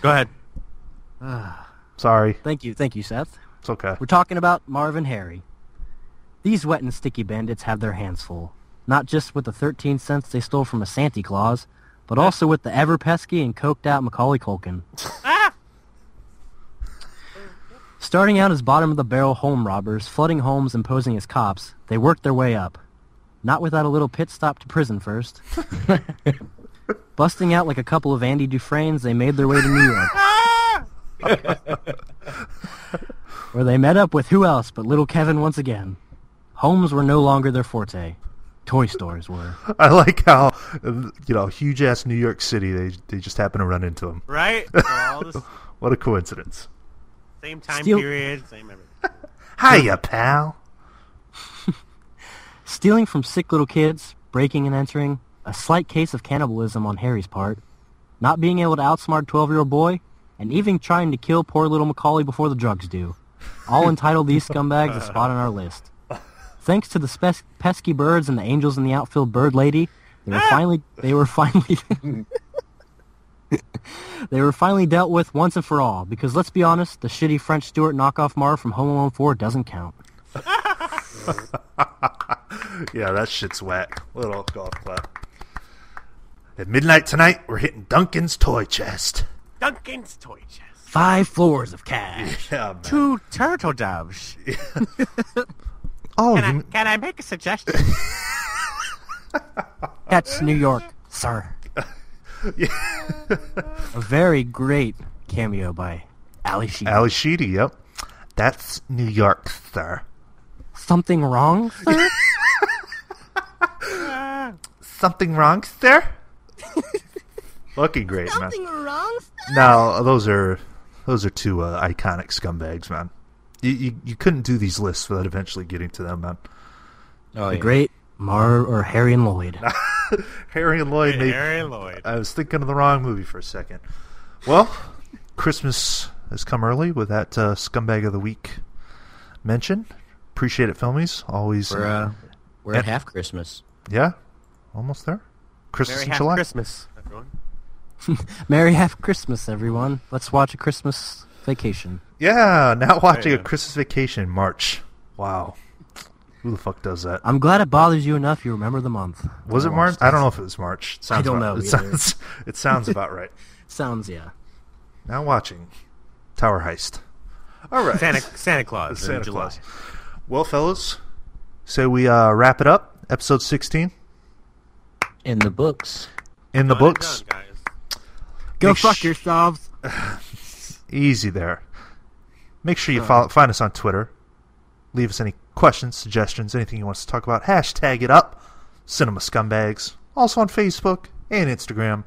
D: Go ahead.
B: sorry.
E: Thank you, thank you, Seth.
B: It's okay.
E: We're talking about Marvin Harry. These wet and sticky bandits have their hands full, not just with the 13 cents they stole from a Santa Claus, but also with the ever pesky and coked out Macaulay Culkin. Starting out as bottom of the barrel home robbers, flooding homes and posing as cops, they worked their way up. Not without a little pit stop to prison first. Busting out like a couple of Andy Dufresnes, they made their way to New York. where they met up with who else but little Kevin once again. Homes were no longer their forte. Toy stores were.
B: I like how uh, you know huge ass New York City. They they just happen to run into him.
D: Right? All the
B: What a coincidence.
D: same time
E: Steal-
D: period, same everything.
B: Hiya, pal.
E: Stealing from sick little kids, breaking and entering, a slight case of cannibalism on Harry's part, not being able to outsmart 12-year-old boy, and even trying to kill poor little Macaulay before the drugs do. All entitled these scumbags a spot on our list. Thanks to the spes- pesky birds and the angels in the outfield bird lady, they were finally they were finally they were finally dealt with once and for all. Because let's be honest, the shitty French Stewart knockoff Mar from Home Alone 4 doesn't count.
B: Yeah, that shit's whack. Little golf clap. At midnight tonight, we're hitting Duncan's toy chest.
D: Duncan's toy chest.
E: Five floors of cash.
B: Yeah, man.
D: Two turtle doves.
B: Oh,
D: Can I,
B: you-
D: can I make a suggestion?
E: That's New York, sir. a very great cameo by Ali Sheedy.
B: Ali Sheedy, yep. That's New York, sir.
E: Something wrong, sir?
B: Something wrong, sir? Fucking great, man.
F: Something wrong?
B: Now those are those are two uh, iconic scumbags, man. You, you you couldn't do these lists without eventually getting to them, man.
C: Oh,
E: The
C: yeah.
E: great Mar or Harry and Lloyd.
B: Harry and Lloyd. made- uh,
D: Harry Lloyd.
B: I was thinking of the wrong movie for a second. Well, Christmas has come early with that uh, scumbag of the week mention. Appreciate it, filmies. Always,
C: We're, uh, we're at half Christmas.
B: yeah, almost there. Christmas
D: Merry
B: in
D: Happy
B: July.
D: Christmas, everyone.
E: Merry Half Christmas, everyone. Let's watch a Christmas vacation.
B: Yeah, now watching a
D: go.
B: Christmas vacation in March. Wow. Who the fuck does that?
E: I'm glad it bothers you enough you remember the month.
B: Was it
E: I
B: March?
E: watched
B: I don't know if it was March. It sounds
E: don't
B: about-
E: know
B: It
E: either.
B: sounds, it sounds about right.
E: Sounds, yeah.
B: Now watching Tower Heist. All right.
D: Santa, Santa Claus. in
B: Santa
D: July.
B: Claus. Well, fellas, so we uh, wrap it up. Episode 16
C: In the books.
B: in the
D: Done and
B: books.
D: done, guys.
E: Go
B: Make
E: fuck
B: sh-
E: yourselves.
B: Easy there. Make sure you follow, find us on Twitter. Leave us any questions, suggestions, anything you want us to talk about. Hashtag it up. Cinema Scumbags. Also on Facebook and Instagram.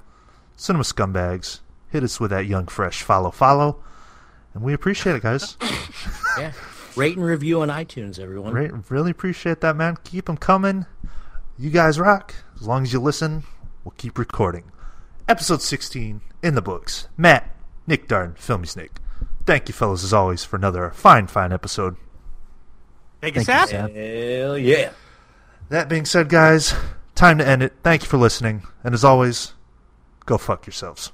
B: Cinema Scumbags. Hit us with that young, fresh follow, follow. And we appreciate it, guys.
C: Yeah. Rate and review on iTunes, everyone.
B: Re- really appreciate that, man. Keep them coming. You guys rock. As long as you listen, we'll keep recording. Episode 16 in the books. Matt, Nick Darn, Filmy Snake. Thank you, fellas, as always, for another fine, fine episode.
D: Thank you,
E: Thank you,
D: Seth.
E: Seth.
C: Hell yeah.
B: That being said, guys, time to end it. Thank you for listening. And as always, go fuck yourselves.